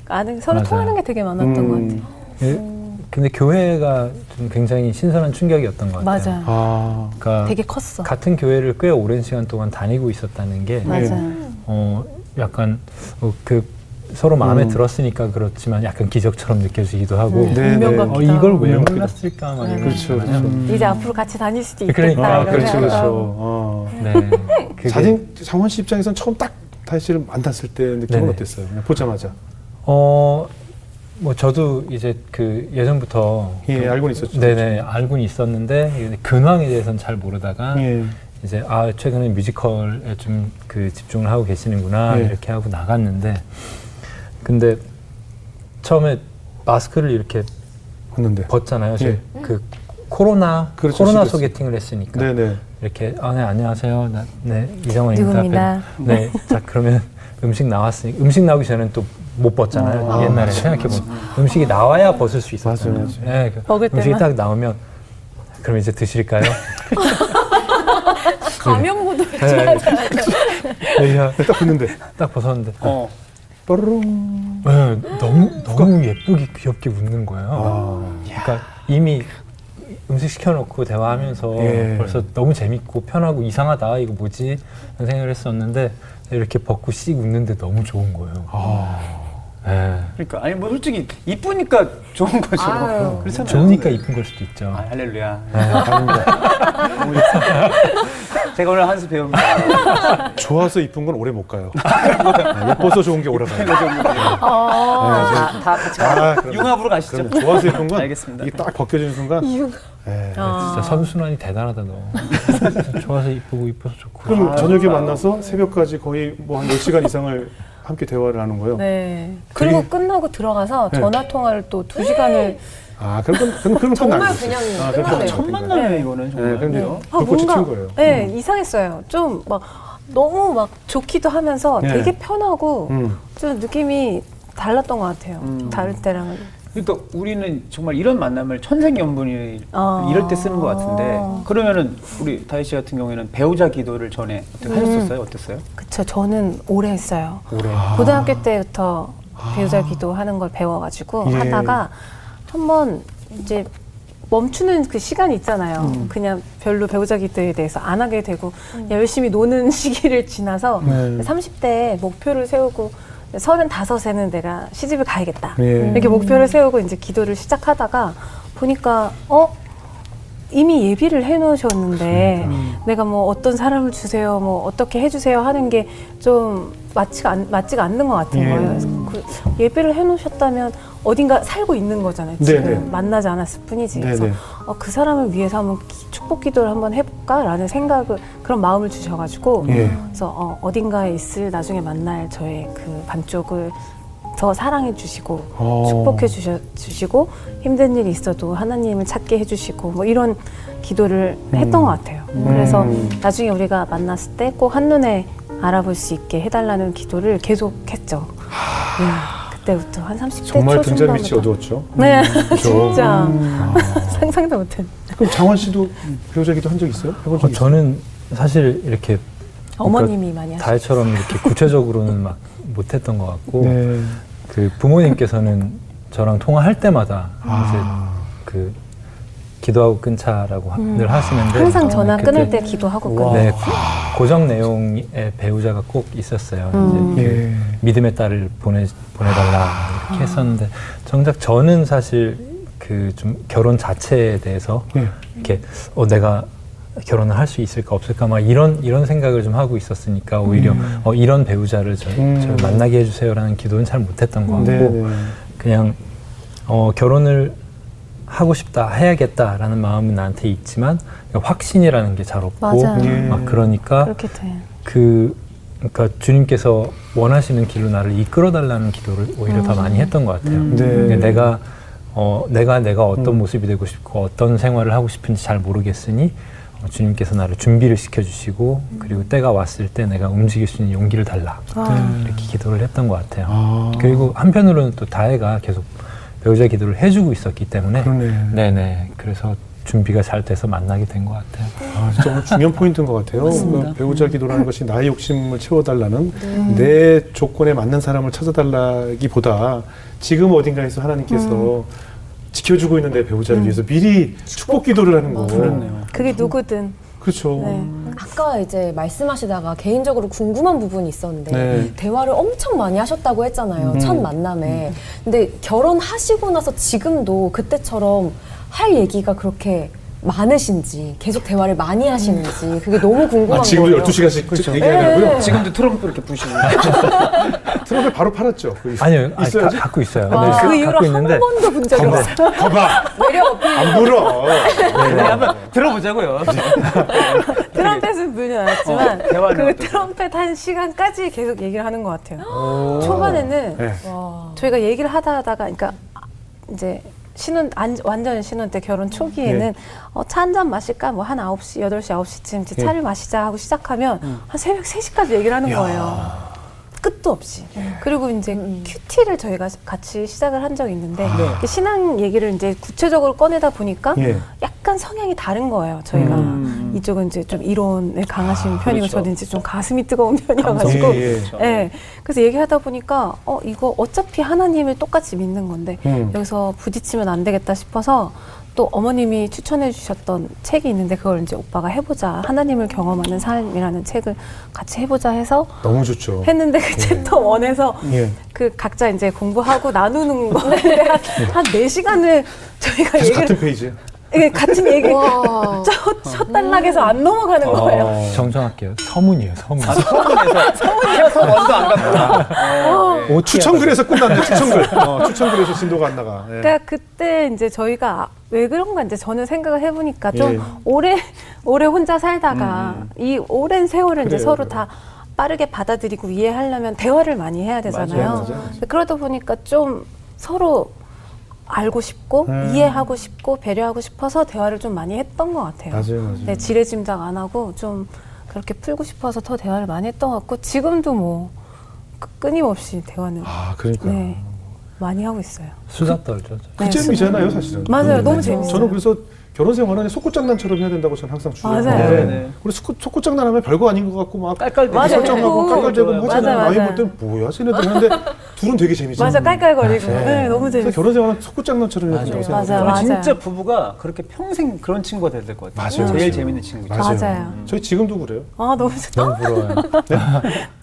아는 서로
맞아요.
통하는 게 되게 많았던 것 같아요.
음.
예, 근데 교회가 좀 굉장히 신선한 충격이었던 것 같아요.
맞아요.
아,
그러니까
되게 컸어.
같은 교회를 꽤 오랜 시간 동안 다니고 있었다는 게
네.
맞아요.
어, 약간 어, 그 서로 마음에
음.
들었으니까 그렇지만 약간 기적처럼 느껴지기도 하고
네, 네.
운명
어,
같기도
이걸 왜
운명 같기도
몰랐을까 막 이런
그렇죠,
거잖아요.
그렇죠.
이제 앞으로 같이 다닐 수도 있겠다.
그러니까.
아,
이런
그렇죠,
생각.
그렇죠. 어.
네. 그게,
자진 장원 씨 입장에선 처음 딱 다시를 만났을 때 느낌은
네네.
어땠어요? 그냥 보자마자
어, 뭐 저도 이제 그 예전부터 그
예 알고는 있었죠.
네네 알고는 있었는데 근황에 대해서는 잘 모르다가
예.
이제 아 최근에 뮤지컬에 좀 그 집중을 하고 계시는구나
예.
이렇게 하고 나갔는데 근데 처음에 마스크를 이렇게
봤는데.
벗잖아요. 제
예.
그 코로나
그렇죠,
코로나
시그스.
소개팅을 했으니까
네네.
이렇게 아 네 안녕하세요. 나, 네 이정원입니다.
누굽니다.
네. 자 그러면 음식 나왔으니 까 음식 나오기 전에는 또 못 벗잖아요.
아,
옛날에 생각해 보면 음식이 나와야 벗을 수 있었어요.
맞아요, 맞아요.
네, 그
먹을
음식이
때만.
딱 나오면 그럼 이제 드실까요?
감염고도
네. 네,
딱 봤는데
딱 벗었는데
어.
뽀로롱.
네, 너무 너무 예쁘게 귀엽게 웃는 거예요.
아,
그러니까 이미 음식 시켜놓고 대화하면서
예.
벌써 너무 재밌고 편하고 이상하다 이거 뭐지 이런 생각을 했었는데 이렇게 벗고 씩 웃는데 너무 좋은 거예요. 예.
그러니까 아니 뭐 솔직히 이쁘니까 좋은 거죠.
아유.
그렇잖아요.
좋으니까 이쁜 걸 수도 있죠.
아, 할렐루야.
예, 아닙니다.
제가 오늘 한 수 배웁니다.
좋아서 이쁜 건 오래 못 가요. 네, 예뻐서 좋은 게 오래 가요. 네,
다, 다 같이
아,
가.
그럼요.
융합으로 가시죠.
그럼 좋아서 이쁜 건
알겠습니다.
이게 딱 벗겨지는 순간. 예.
진짜 선순환이 대단하다 너. 아. 좋아서 이쁘고 이뻐서 좋고.
그럼
아.
저녁에 만나서 새벽까지 거의 뭐 한 10시간 이상을 함께 대화를 하는 거예요.
네. 그리고
되게-
끝나고 들어가서
네.
전화 통화를 또 두 시간을
아, 그럼 건- 그럼 그럼
정말
끝난 거죠.
그냥
아, 그럼
끝나네요.
첫
첫 만남이에요 이거는
네,
정말.
그럼 이제
아
불꽃이
뭔가
튄 거예요. 음.
네 이상했어요. 좀 막 너무 막 좋기도 하면서
네.
되게 편하고
음.
좀 느낌이 달랐던 것 같아요. 다를 때랑은.
그러니까 우리는 정말 이런 만남을 천생연분이
아.
이럴 때 쓰는 것 같은데 그러면은 우리 다희 씨 같은 경우에는 배우자 기도를 전에 어떻게
음.
하셨었어요? 어땠어요?
그쵸. 저는 오래 했어요.
오래.
아.
아,
고등학교 때부터 배우자 기도하는 걸 배워가지고
예.
하다가 한 번 이제 멈추는 그 시간이 있잖아요.
음.
그냥 별로 배우자 기도에 대해서 안 하게 되고 그냥 열심히 노는 시기를 지나서
네.
30대에 목표를 세우고 35에는 내가 시집을 가야겠다.
예.
이렇게 목표를 세우고 이제 기도를 시작하다가 보니까 어 이미 예비를
음.
해놓으셨는데 내가 뭐 어떤 사람을 주세요, 뭐 어떻게 해주세요 하는 게 좀 맞지가 안, 맞지가 않는 것 같은
예.
거예요. 그래서 그 예비를 해놓으셨다면 어딘가 살고 있는 거잖아요. 지금
네네.
만나지 않았을 뿐이지.
네네.
그래서 어, 그 사람을 위해서 한번 기- 축복 기도를 한번 해볼까라는 생각을 그런 마음을 주셔가지고
예.
그래서 어, 어딘가에 있을 나중에 만날 저의 그 반쪽을 더 사랑해 주시고
어.
축복해 주셔, 주시고 힘든 일이 있어도 하나님을 찾게 해주시고 뭐 이런 기도를
음.
했던 것 같아요. 그래서 나중에 우리가 만났을 때 꼭 한눈에 알아볼 수 있게 해달라는 기도를 계속 했죠. 이야, 그때부터 한 30대
정말
초중반
등잔 밑이 어두웠죠. 음, 그렇죠. 네.
네, 진짜 상상도 못했.
그럼 장원 씨도 음, 배우자기도 한 적 있어요? 해본 적
어,
있어요?
저는 사실 이렇게
그,
어머님이 많이 하셨.
다혜처럼 이렇게 구체적으로는 막 못했던 것 같고
네.
그 부모님께서는 저랑 통화할 때마다 이제
아.
그 기도하고 끊자라고 하- 늘 하시는데
음. 항상 전화
그때
끊을 때 기도하고 끊
네, 고정 내용의 배우자가 꼭 있었어요.
음.
이제
네.
그
예.
믿음의 딸을 보내 보내달라 이렇게 했었는데 정작 저는 사실 그 좀 결혼 자체에 대해서
예.
이렇게 어, 내가 결혼을 할 수 있을까 없을까 막 이런 이런 생각을 좀 하고 있었으니까 오히려 어, 이런 배우자를 저,
음.
저를 만나게 해주세요라는 기도는 잘 못했던 것 같고
네, 네.
그냥 어, 결혼을 하고 싶다 해야겠다라는 마음은 나한테 있지만 확신이라는 게 잘 없고
맞아요.
예.
막 그러니까
그렇게 돼.
그 그러니까 주님께서 원하시는 길로 나를 이끌어 달라는 기도를 오히려
음.
더 많이 했던 것 같아요.
네. 음.
그러니까 내가 어, 내가 내가 어떤 모습이 되고 싶고 어떤 생활을 하고 싶은지 잘 모르겠으니 어, 주님께서 나를 준비를 시켜주시고
음.
그리고 때가 왔을 때 내가 움직일 수 있는 용기를 달라 이렇게 기도를 했던 것 같아요.
아.
그리고 한편으로는 또 다혜가 계속 배우자 기도를 해주고 있었기 때문에
그러네.
네네 그래서 준비가 잘 돼서 만나게 된 것 같아요.
아, 진짜 오늘 중요한 포인트인 것 같아요. 그러니까 배우자 기도라는 것이 나의 욕심을 채워달라는
네.
내 조건에 맞는 사람을 찾아달라기보다 지금 어딘가에서 하나님께서
음.
지켜주고 있는 내 배우자를 위해서 미리 축복 기도를 하는 거.
그렇네요.
그게 누구든.
그렇죠.
네.
아까 이제 말씀하시다가 개인적으로 궁금한 부분이 있었는데
네. 음.
대화를 엄청 많이 하셨다고 했잖아요 첫 만남에 근데 결혼하시고 나서 지금도 그때처럼 할 얘기가 그렇게 많으신지 계속 대화를 많이 하시는지 그게 너무 궁금한
아, 지금도
거예요
12시간씩
네,
얘기하냐고요? 지금
그렇죠. 지금도 트럼프 그렇게 부시는
트럭을 바로 팔았죠. 거기.
아니요 아니, 가-
있어야지.
갖고 있어요.
와.
네,
그
갖고 있는데
번도 본 적이
근데
없어요
봐봐!
매력 없고
안 물어! 네.
한번 들어보자고요.
트럼펫은 물려 나왔지만
대화는
그
어떠세요?
트럼펫 한 시간까지 계속 얘기를 하는 것 같아요. 초반에는
네.
저희가 얘기를 하다 하다가 그러니까 이제 신혼 안, 완전 신혼 때 결혼 초기에는
네.
어, 차 한 잔 마실까 뭐 한 9시, 8시, 9시쯤 이제
네.
차를 마시자 하고 시작하면
음.
한 새벽 3시까지 얘기를 하는 거예요. 끝도 없이.
네.
그리고 이제 큐티를 저희가 같이 시작을 한 적이 있는데
아, 네.
그 신앙 얘기를 이제 구체적으로 꺼내다 보니까
예.
약간 성향이 다른 거예요. 저희가
음.
이쪽은 이제 좀 이론에 강하신 편이고
그렇죠.
저는 이제 좀 가슴이 뜨거운 편이어가지고
예, 예.
예. 그래서 얘기하다 보니까 어 이거 어차피 하나님을 똑같이 믿는 건데
음.
여기서 부딪히면 안 되겠다 싶어서 또 어머님이 추천해 주셨던 책이 있는데 그걸 이제 오빠가 해보자 하나님을 경험하는 삶이라는 책을 같이 해보자 해서
너무 좋죠.
했는데 그 챕터 원에서
예.
그 각자 이제 공부하고 나누는 건데 한네 시간을 저희가
계속
얘기를
같은 페이지.
예, 같은 얘기
와.
첫, 첫 단락에서 안 넘어가는 거예요.
정정할게요. 서문이에요 서문.
원도 안 네, 갔구나.
어. 아,
오, 추천글에서 끝났네, 추천글. 어, 추천글에서 진도가 안 나가. 예.
그러니까 그때 이제 저희가 아, 왜 그런가 이제 저는 생각을 해보니까 좀
예. 음,
오래 오래 혼자 살다가 이 오랜 세월을 이제
그래요,
서로
그래요.
다 빠르게 받아들이고 이해하려면 대화를 많이 해야 되잖아요.
맞아요, 맞아요.
근데 그러다 보니까 좀 서로 알고 싶고
음.
이해하고 싶고 배려하고 싶어서 대화를 좀 많이 했던 것 같아요.
맞아요, 맞아요.
네, 지레짐작 안 하고 좀 그렇게 풀고 싶어서 더 대화를 많이 했던 것 같고 지금도 뭐 끄- 끊임없이 대화는
아, 그러니까.
네 많이 하고 있어요.
수다 떨죠. 저.
그 재미잖아요, 사실은.
맞아요. 너무
네.
재밌어요.
저는 그래서 결혼 생활은 속고장난처럼 해야 된다고 저는 항상
맞아요.
주장하는데
네네.
우리 속고, 속고장난하면 별거 아닌 것 같고 막
깔깔대고.
맞아요.
설정하고
맞아요.
깔깔대고 뭐
맞아요,
하잖아요.
맞아요.
나이 볼땐 뭐야, 쟤네들 하는데 둘은 되게 재밌어요.
맞아 깔깔거리고 네, 너무
그래서
재밌어. 요
결혼 생활은 속고장난처럼 해야 된다고
맞아요.
생각해요.
맞아요.
네, 진짜 부부가 그렇게 평생 그런 친구가 돼야 될 것 같아요.
맞아요.
제일
맞아요.
재밌는 친구.
맞아요. 맞아요.
저희 지금도 그래요.
아 너무 좋다.
너무 부러워요.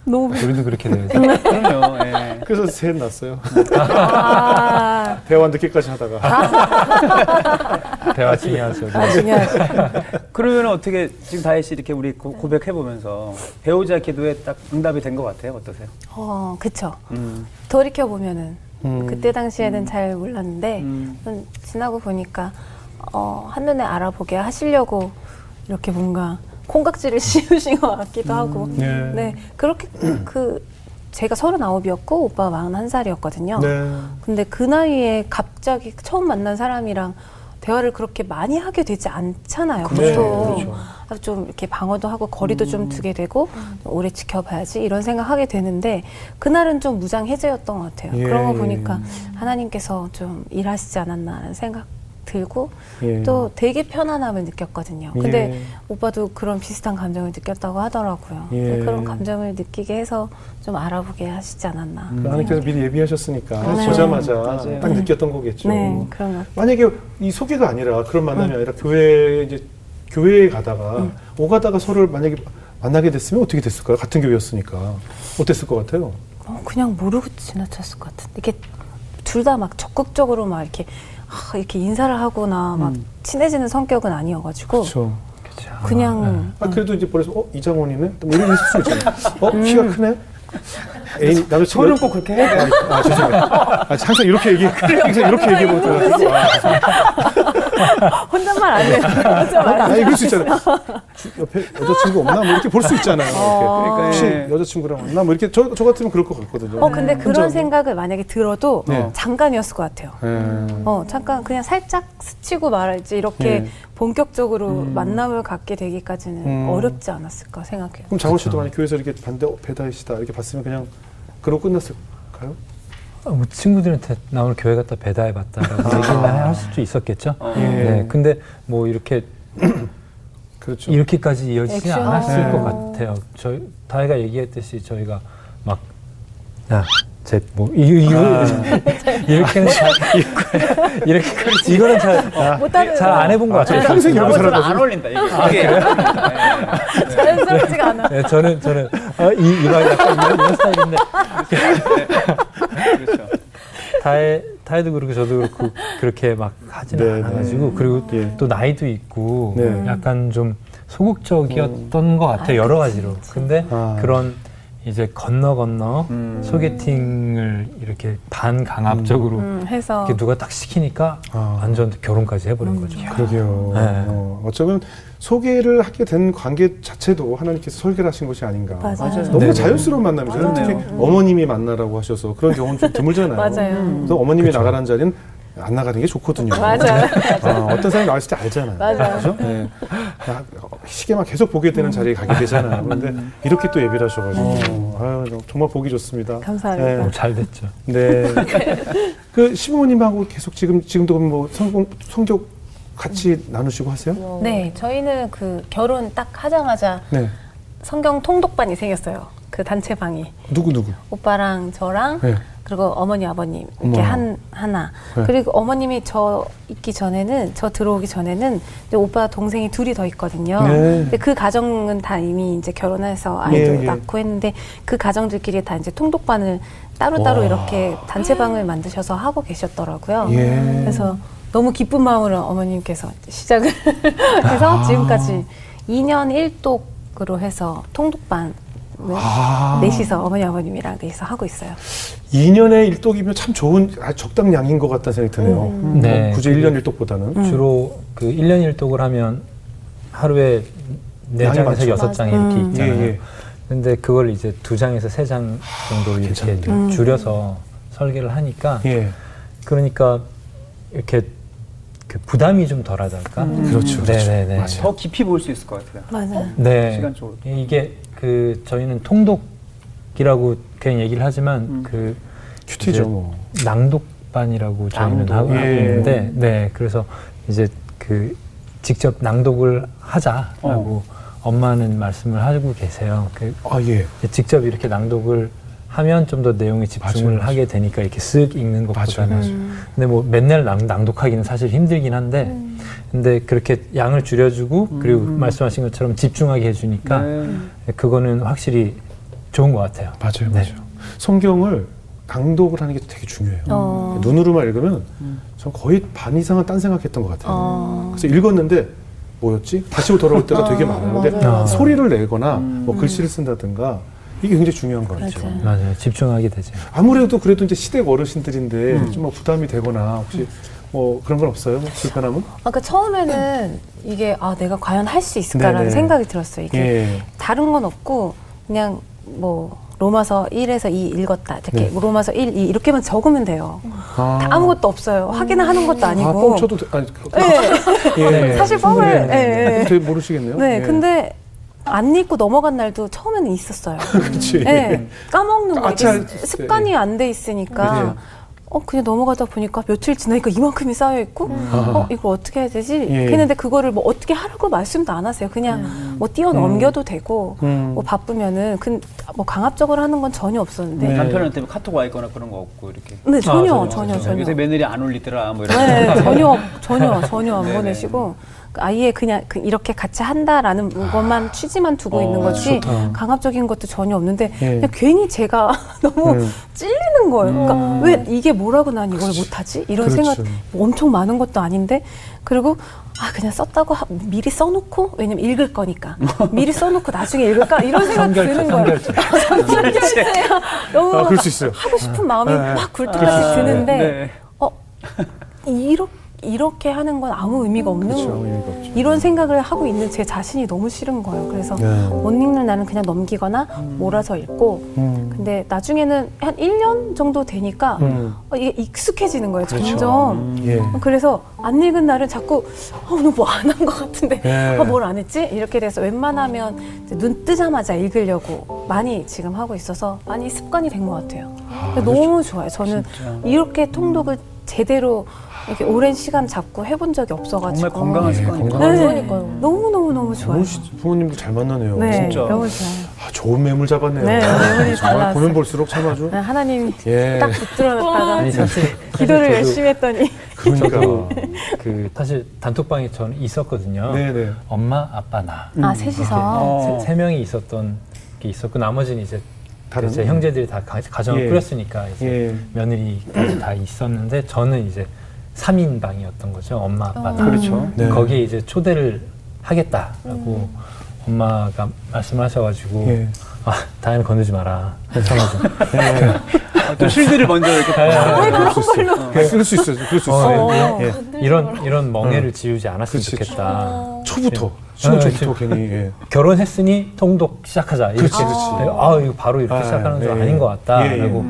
너무
우리도 그렇게 돼요.
그럼요. 예.
그래서 셋 났어요.
아,
대화 늦게까지 하다가.
대화 중요하죠.
아 중요하지.
그러면 어떻게 지금 다혜 씨 이렇게 우리 고, 백해 보면서 배우자 기도에 딱 응답이 된 것 같아요. 어떠세요?
어 그쵸.
음.
돌이켜 보면은
음.
그때 당시에는 잘 몰랐는데
음.
음, 지나고 보니까 어, 한눈에 알아보게 하시려고 이렇게 뭔가 콩깍지를 씌우신 것 같기도 하고.
예.
네 그렇게 그 제가 서른아홉이었고 오빠 4 1 살이었거든요.
네.
근데 그 나이에 갑자기 처음 만난 사람이랑 대화를 그렇게 많이 하게 되지 않잖아요.
그렇죠, 그렇죠. 음.
그래서 아, 좀 이렇게 방어도 하고 거리도 좀 두게 되고 오래 지켜봐야지 이런 생각하게 되는데 그날은 좀 무장해제였던 것 같아요.
예,
그런 거
예.
보니까 하나님께서 좀 일하시지 않았나라는 생각 들고
예.
또 되게 편안함을 느꼈거든요. 근데 오빠도 그런 비슷한 감정을 느꼈다고 하더라고요.
예.
근데 그런 감정을 느끼게 해서 좀 알아보게 하시지 않았나. 네,
그 하나님께서 미리 예비하셨으니까
맞아요.
보자마자
맞아요.
딱 느꼈던 거겠죠.
네, 그런 것 같아요.
만약에 이 소개가 아니라 그런 만남이 아니라 교회 이제 교회에 가다가 오가다가 서로를 만약에 만나게 됐으면 어떻게 됐을까요? 같은 교회였으니까 어땠을 것 같아요?
어, 그냥 모르고 지나쳤을 것 같은데 이렇게 둘 다 막 적극적으로 막 이렇게 아, 이렇게 인사를 하거나 막
음.
친해지는 성격은 아니어가지고
그렇죠.
그냥
아 그래도 이제 벌써 어 이장원이네 또 이런 있을 수 있잖아요. 어
음.
키가 크네. 애인 나도
소름 꼭 그렇게 해야 돼.
아 죄송해요. 아, 항상 이렇게 얘기 항상 이렇게 얘기해 보더라고요. 아,
혼잣말 안 해요.
아 이럴 수 있잖아요. 주- 옆에 여자친구 없나 뭐 이렇게 볼 수 있잖아요. 이렇게.
그러니까
혹시
예.
여자친구랑 없나 뭐 이렇게 저, 저 같으면 그럴 것 같거든요.
네. 어 근데 그런
혼자- 뭐.
생각을 만약에 들어도
네.
잠깐이었을 것 같아요.
예.
어 잠깐 그냥 살짝 스치고 말았지 이렇게
네.
본격적으로 만남을 갖게 되기까지는
음.
어렵지 않았을까 생각해요.
그럼 장원 씨도 만약 교회에서 이렇게 반대 어, 배다이시다 이렇게 봤으면 그냥 그러고 끝났을까요?
아, 뭐 친구들한테 나 오늘 교회 갔다 배달해봤다라고 얘기만 할 수도 있었겠죠.
어.
예.
네, 근데 뭐 이렇게
그렇죠.
이렇게까지 이어지지
액션.
않았을
네.
것 같아요. 저희 다혜가 얘기했듯이 저희가 막 야, 제뭐 이거 이렇게는 잘 이렇게 이거는
못
잘 어,
따르는
잘 안 해본 것 같아요.
평생
저는.
여러 사람
안 어울린다 이게. 네, 이게.
자연스럽지가 않아.
네, 저는 저는 어, 이 이거 약간 이런, 이런 스타일인데
그렇죠.
다혜 다혜도 그렇고 저도 그렇고 그렇게 막 하지는
네,
않아가지고 그리고
예.
또 나이도 있고
네.
약간 좀 소극적이었던 것 같아요 여러 가지로 근데
아.
그런 이제 건너 건너
음.
소개팅을 이렇게 반강압적으로
음, 해서
이렇게 누가 딱 시키니까
아.
완전 결혼까지 해버린 거죠.
그러게요.
네.
어, 어쩌면 소개를 하게 된 관계 자체도 하나님께서 설계를 하신 것이 아닌가.
맞아요. 음.
너무
네네.
자연스러운 만남이잖아요. 특히
맞아요.
어머님이 만나라고 하셔서 그런 경우는 좀 드물잖아요. 음.
맞아요.
그래서 어머님이 그렇죠. 나가라는 자리는 안 나가는 게 좋거든요.
맞아요.
아, 어떤 사람이 나왔을 때 알잖아요.
맞아요.
그죠? 예. 야, 어, 시계만 계속 보게 되는 자리에 가게 되잖아요. 근데
음.
이렇게 또 예비를 하셔가지고. 아유, 정말 보기 좋습니다.
감사합니다.
예.
너무 잘 됐죠.
네. 그 시부모님하고 계속 지금 지금도 그럼 뭐 성공 성격 같이 나누시고 하세요?
네, 저희는 그 결혼 딱 하자마자
네.
성경 통독반이 생겼어요. 그 단체 방이
누구 누구?
오빠랑 저랑
네.
그리고 어머니 아버님 이렇게
어머.
한 하나
네.
그리고 어머님이 저 있기 전에는 저 들어오기 전에는 이제 오빠 동생이 둘이 더 있거든요.
네.
근데 그 가정은 다 이미 이제 결혼해서 아이도
예, 예.
낳고 했는데 그 가정들끼리 다 이제 통독반을 따로따로
와.
이렇게 단체방을 만드셔서 하고 계셨더라고요.
예.
그래서 너무 기쁜 마음으로 어머님께서 시작을 해서
아.
지금까지 2년 1독으로 해서 통독반을
아.
넷이서 어머니 아버님이랑 넷이서 하고 있어요.
2년에 1독이면 참 좋은 아, 적당량인 것 같다는 생각이 드네요. 어,
네.
굳이 1년 1독보다는.
주로 그일년일독을 하면 하루에 네
양이
장에서
많죠.
여섯 장이 이렇게
음.
있잖아요.
예, 예.
근데 그걸 이제 두 장에서 세 장 정도 이렇게 음.
괜찮은데. 음.
줄여서 설계를 하니까
예.
그러니까 이렇게 그 부담이 좀 덜하달까.
그렇죠, 그렇죠.
네네네.
맞아요.
더 깊이 볼 수 있을 것 같아요.
맞아요.
네.
시간적으로.
이게 그 저희는 통독이라고 그냥 얘기를 하지만
음.
그
큐티죠.
이제
뭐.
낭독반이라고 저희는
낭독.
하고
예.
있는데 네 그래서 이제 그 직접 낭독을 하자라고
어.
엄마는 말씀을 하고 계세요. 그
아 예.
직접 이렇게 낭독을 하면 좀 더 내용에 집중을
맞아요, 맞아요.
하게 되니까 이렇게 쓱 읽는 것보다는
맞아요.
근데 뭐 맨날 낭, 낭독하기는 사실 힘들긴 한데 근데 그렇게 양을 줄여주고
음.
그리고 말씀하신 것처럼 집중하게 해주니까
네.
그거는 확실히 좋은 것 같아요.
맞아요,
네.
맞아요. 성경을 강독을 하는 게 되게 중요해요.
어.
눈으로만 읽으면 전 거의 반 이상은 딴 생각했던 것 같아요.
어.
그래서 읽었는데 뭐였지? 다시 돌아올 때가 되게 많아요. 근데
맞아요, 맞아요.
소리를 내거나 뭐 글씨를 쓴다든가 이게 굉장히 중요한 것 같아요.
맞아요.
네. 맞아요. 집중하게 되죠.
아무래도 그래도 이제 시댁 어르신들인데 좀뭐 부담이 되거나
음.
혹시 뭐 그런 건 없어요? 뭐 불편함은?
아까 그러니까 처음에는 이게 아 내가 과연 할 수 있을까라는
네네.
생각이 들었어요. 이게
예.
다른 건 없고 그냥 뭐 로마서 1에서 2 읽었다 이렇게
네.
로마서 1, 2 이렇게만 적으면 돼요. 다 아무것도 없어요. 확인을 하는 것도 아니고. 네.
아, 뻥 쳐도 돼. 아니, 그- 예. 아,
사실 뻥을 예, 예, 예.
되게 모르시겠네요.
네,
예.
근데 안 읽고 넘어간 날도 처음에는 있었어요.
그치.
예, 까먹는 거 이게
예. 아차, 네.
습- 습관이 안 돼 있으니까
그치.
어 그냥 넘어가다 보니까 며칠 지나니까 이만큼이 쌓여 있고 어 이거 어떻게 해야 되지?
음. 아. 예.
했는데 그거를 뭐 어떻게 하라고 말씀도 안 하세요. 그냥 뭐 뛰어 넘겨도 되고
음.
뭐 바쁘면은 근뭐 강압적으로 하는 건 전혀 없었는데
네.
남편한테 뭐 카톡 와 있거나 그런 거 없고 이렇게.
네, 전혀,
아,
전혀,
그래서
전혀.
요새 며느리 안 올리더라 뭐 이런.
네, 전혀, 전혀, 전혀 안
네네.
보내시고. 그 아예 그냥 그 이렇게 같이 한다라는 것만 취지만 두고
어,
있는 거지
아. 좋다.
강압적인 것도 전혀 없는데
예.
그냥 괜히 제가 너무
음.
찔리는 거예요. 그러니까 왜 이게 뭐라고 난 이걸 못하지? 이런
그렇죠.
생각 뭐 엄청 많은 것도 아닌데 그리고 아 그냥 썼다고 하- 미리 써놓고 왜냐면 읽을 거니까 미리 써놓고 나중에 읽을까 이런 생각 드는 거예요. 너무
아, 그럴 수 있어요.
하고 싶은 마음이
네.
막 굴뚝같이 드는데
네.
어 이렇게 이렇게 하는 건 아무 의미가 없는
그렇죠. 의미가 없죠.
이런 생각을 하고 있는 제 자신이 너무 싫은 거예요. 그래서
네.
못 읽는 나는 그냥 넘기거나 몰아서 읽고
음.
근데 나중에는 한 1년 정도 되니까
음.
어, 이게 익숙해지는 거예요. 점점.
예.
어, 그래서 안 읽은 날은 자꾸 어, 오늘 뭐 안 한 것 같은데
예.
아, 뭘 안 했지? 이렇게 돼서 웬만하면 이제 눈 뜨자마자 읽으려고 많이 지금 하고 있어서 많이 습관이 된 것 같아요. 너무 좋아요. 저는 이렇게 통독을 제대로 이렇게 오랜 시간 잡고 해본 적이 없어가지고
정말 건강한 습관이에요.
건강-
네.
그러니까요.
너무 너무 너무 좋아요.
멋있- 부모님도 잘 만나네요.
네,
진짜.
너무 좋아요.
아, 좋은 매물 잡았네요.
네, 매물이 잘
정말
나왔어요.
보면 볼수록 참 아주
네, 하나님이
예.
딱 붙들어놨다가
아니, 사실,
기도를
저도-
열심히 했더니
그러니까.
저도 그 사실 단톡방에 저는 있었거든요.
네네.
엄마, 아빠, 나.
아 셋이서
어.
세, 세 명이 있었던 게 있었고 나머지는 이제
다른- 네.
제 형제들이 다 가, 가정을
예.
꾸렸으니까 이제
예.
며느리까지 다 있었는데 저는 이제 3인 방이었던 거죠. 엄마, 아빠, 나.
그렇죠.
네.
거기에 이제 초대를 하겠다라고
음.
엄마가 말씀하셔가지고
예.
아, 다혜는 건드지 마라. 참아줘.
아, 또 실드를 먼저 이렇게 다.
아, 그럴 수 있어요. 네, 그럴 수 있어요. 그럴 수 있어요.
어,
예.
이런 이런 멍해를 지우지
음.
않았으면
그치,
좋겠다.
아.
초부터 신혼
네,
초부터 괜히 예.
결혼했으니 통독 시작하자. 이렇게
그렇지, 그렇지.
아 이거 바로 이렇게
아,
시작하는 건
예, 예.
아닌 것
예, 예.
같다라고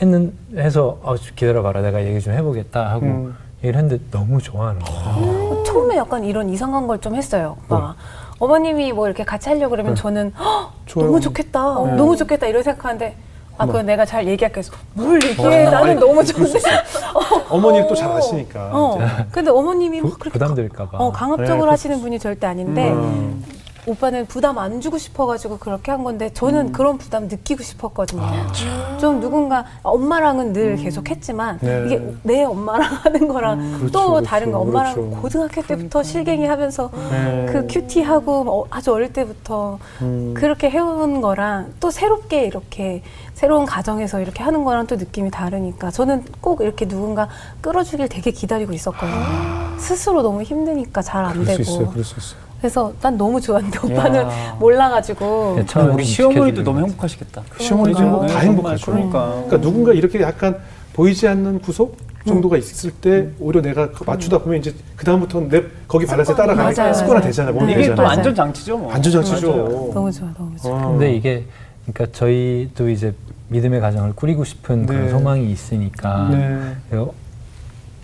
했는 해서 아, 좀 기다려봐라 내가 얘기 좀 해보겠다 하고
음.
얘기를 했는데 너무 좋아하는 거야.
처음에 약간 이런 이상한 걸 좀 했어요. 오빠가. 어머님이 뭐 이렇게 같이 하려고 그러면 저는 "헉,
네. 좋아요.
너무 좋겠다, 어,
네.
너무 좋겠다 이런 생각하는데 아 그건 내가 잘 얘기할게 해서
어,
뭘 얘기해 나는 너무 좋은데
어머니 또 잘 아시니까.
어 근데 어머님이 막 그렇게
부담될까봐.
어, 강압적으로
네,
하시는 분이 절대 아닌데
음.
오빠는 부담 안 주고 싶어가지고 그렇게 한 건데 저는
음.
그런 부담 느끼고 싶었거든요.
아,
좀 누군가 엄마랑은 늘 계속했지만
음. 네.
이게 내 엄마랑 하는 거랑 또
그렇죠,
다른 거
그렇죠,
엄마랑
그렇죠.
고등학교 때부터 실갱이 하면서
네.
그 큐티하고 뭐 아주 어릴 때부터
음.
그렇게 해온 거랑 또 새롭게 이렇게 새로운 가정에서 이렇게 하는 거랑 또 느낌이 다르니까 저는 꼭 이렇게 누군가 끌어주길 되게 기다리고 있었거든요.
아.
스스로 너무 힘드니까 잘 안
그럴 수
되고.
있어요. 그럴 수 있어요.
그래서 난 너무 좋았는데 오빠는 몰라가지고
네,
아,
처음에는
우리
좀
시어머니도
지켜주는
너무
거지.
행복하시겠다.
시어머니 지금
그러니까.
뭐 다 행복할 거예요.
그러니까.
그러니까 누군가 이렇게 약간 보이지 않는 구속 정도가 있을 때 오히려 내가 그거 맞추다 보면 이제 그 다음부터 내 거기 발라서 따라가니까
맞아요,
습관화
맞아요.
되잖아. 몸이
이게 또
되잖아.
안전 장치죠. 뭐.
안전장치죠.
맞아요.
너무 좋아 너무 좋아
어.
근데 이게 그러니까 저희도 이제 믿음의 가정을 꾸리고 싶은 그런
네.
소망이 있으니까
네.
그래서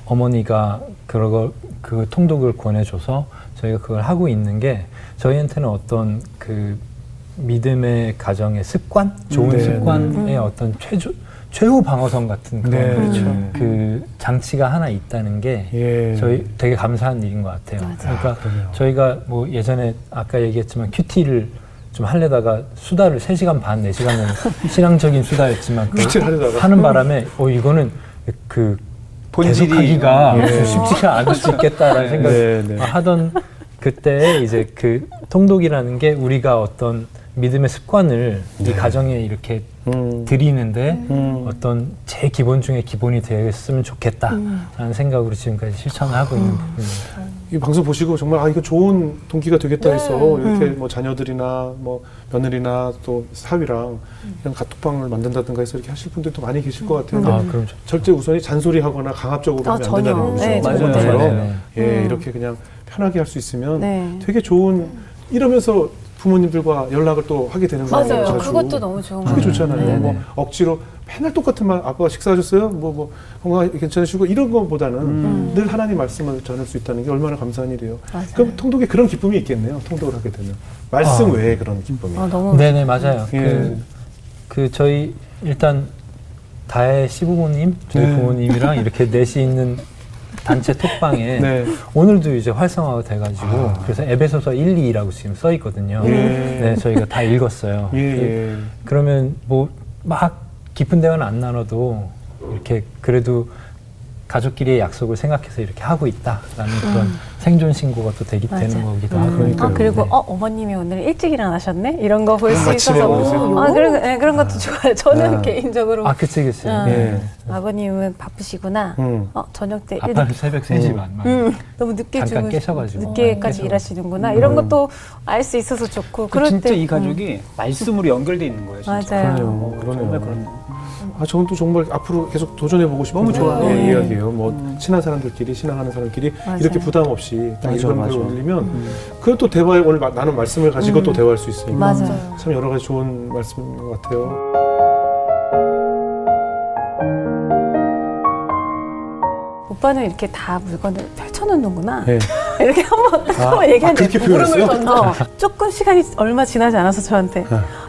어머니가 그걸 그 통독을 권해줘서 저희가 그걸 하고 있는 게 저희한테는 어떤 그 믿음의 가정의 습관, 좋은
네,
습관의 어떤 최저 최후 방어선 같은 그런
네, 그렇죠.
그 장치가 하나 있다는 게
예.
저희 되게 감사한 일인 것 같아요. 그러니까 저희가 뭐 예전에 아까 얘기했지만 큐티를 좀 하려다가 수다를 3시간 반, 4시간은 신앙적인 수다였지만 그걸
큐티를 하려다가?
하는 바람에 어 이거는 그
본질이-
계속하기가
예.
쉽지가 않을 수 있겠다라는
네,
생각을
네.
하던 그때 이제 그 통독이라는 게 우리가 어떤 믿음의 습관을 이 가정에 이렇게
네. 음.
드리는데
음.
어떤 제 기본 중에 기본이 되었으면 좋겠다라는 생각으로 지금까지 실천을 하고 있는 부분입니다.
이 방송 보시고 정말 아 이거 좋은 동기가
네.
되겠다 해서 이렇게
음.
뭐 자녀들이나 뭐 며느리나 또 사위랑
음.
이런 가톡방을 만든다든가 해서 이렇게 하실 분들도 많이 계실 것 같아요.
아,
근데
그럼 좋죠.
절대 우선이 잔소리하고나 강압적으로
아,
하면 안
전혀.
된다는 거죠.
네,
맞아요.
전혀.
맞아요.
예, 이렇게 그냥 편하게 할 수 있으면
네.
되게 좋은 이러면서 부모님들과 연락을 또 하게 되는 거예요.
맞아요
자주.
그것도 너무 좋은 거
어, 그게
같아요
좋잖아요.
네,
뭐
네.
억지로 맨날 똑같은 말 아빠가 식사하셨어요? 뭐 뭐 건강 괜찮으시고 이런 것보다는
음.
늘 하나님 말씀을 전할 수 있다는 게 얼마나 감사한 일이에요. 그럼 통독에 그런 기쁨이 있겠네요. 통독을 하게 되면 말씀
아.
어,
네.
외에 그런 기쁨이.
아, 너무
네네 맞아요.
예.
그, 그 저희 일단 다혜 시부모님, 저희
네.
부모님이랑 이렇게 넷이 있는 단체 톡방에
네. 아.
오늘도 이제 활성화가 돼가지고 그래서 에베소서 1, 2라고 지금 써 있거든요.
예.
네, 저희가 다 읽었어요.
예, 예.
그러면 뭐 막 깊은 대화는 안 나눠도 이렇게 그래도 가족끼리의 약속을 생각해서 이렇게 하고 있다라는 그런 생존 신고가 또 되기 되는 거기도 하고
그러니까요.
음. 아, 그리고
네.
어, 어머님이 오늘 일찍 일어나셨네 이런 거 볼 수
아침에
있어서
보세요.
아, 그런, 예, 그런 것도 좋아요. 저는
아.
개인적으로
아 그치 그치
네.
아.
예.
아버님은 바쁘시구나.
음.
어, 저녁 때
아빠는 새벽 3시 반 막.
음, 너무 늦게
잠깐
주무
깨셔가지고.
늦게까지
어,
일하시는구나 이런 것도 알 수 있어서 좋고
그
그럴
진짜
때 음.
이 가족이 말씀으로 연결돼 있는 거예요. 진짜.
맞아요.
그러네요.
어, 정말
그러네요.
그렇네요.
아, 저건 또 정말 앞으로 계속 도전해보고 싶은
너무 좋아요.
예,
네.
이야기예요. 뭐, 친한 사람들끼리, 신앙하는 사람끼리
맞아요.
이렇게 부담 없이 딱
맞아,
이런 걸
맞아.
올리면
음.
그건 또 대화에 오늘 마- 나눈 말씀을 가지고 또 대화할 수 있으니까
맞아요.
음.
참 여러 가지 좋은 말씀인 것 같아요.
오빠는 이렇게 다 물건을 펼쳐놓는구나
예.
이렇게 한번 딱 한번 얘기하는데
아, 그렇게 표현했어요? 아.
어, 조금 시간이 얼마 지나지 않아서 저한테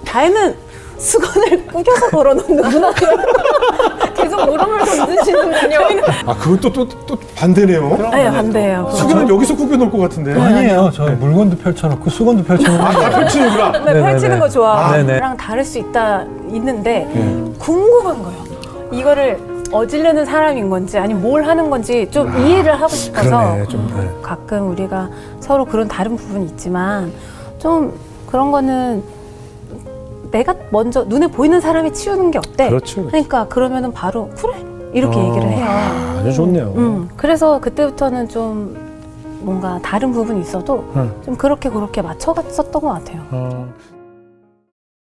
다혜는 수건을 꾸겨서 걸어놓는구나
계속 물음을 던지시는군요.
아, 그건 또, 또, 또 반대네요.
네 안돼요
수기는 여기서 구겨놓을 것 같은데.
아니에요. 저 물건도 펼쳐놓고 수건도 펼쳐놓고.
아, 다 펼치는구나.
네, 펼치는 거
아,
좋아
네네.
랑 다를 수 있다 있는데
네.
궁금한 거예요 이거를 어지르는 사람인 건지 아니면 뭘 하는 건지 좀 이해를 하고 싶어서
그러네, 좀, 네.
가끔 우리가 서로 그런 다른 부분이 있지만 좀 그런 거는 내가 먼저 눈에 보이는 사람이 치우는 게 어때?
그렇죠, 그렇죠.
러니까 그러면은 바로 그래 이렇게
어,
얘기를 해요.
아, 아주 좋네요.
음, 그래서 그때부터는 좀 뭔가 다른 부분이 있어도
음.
좀 그렇게 그렇게 맞춰갔었던 것 같아요.
어,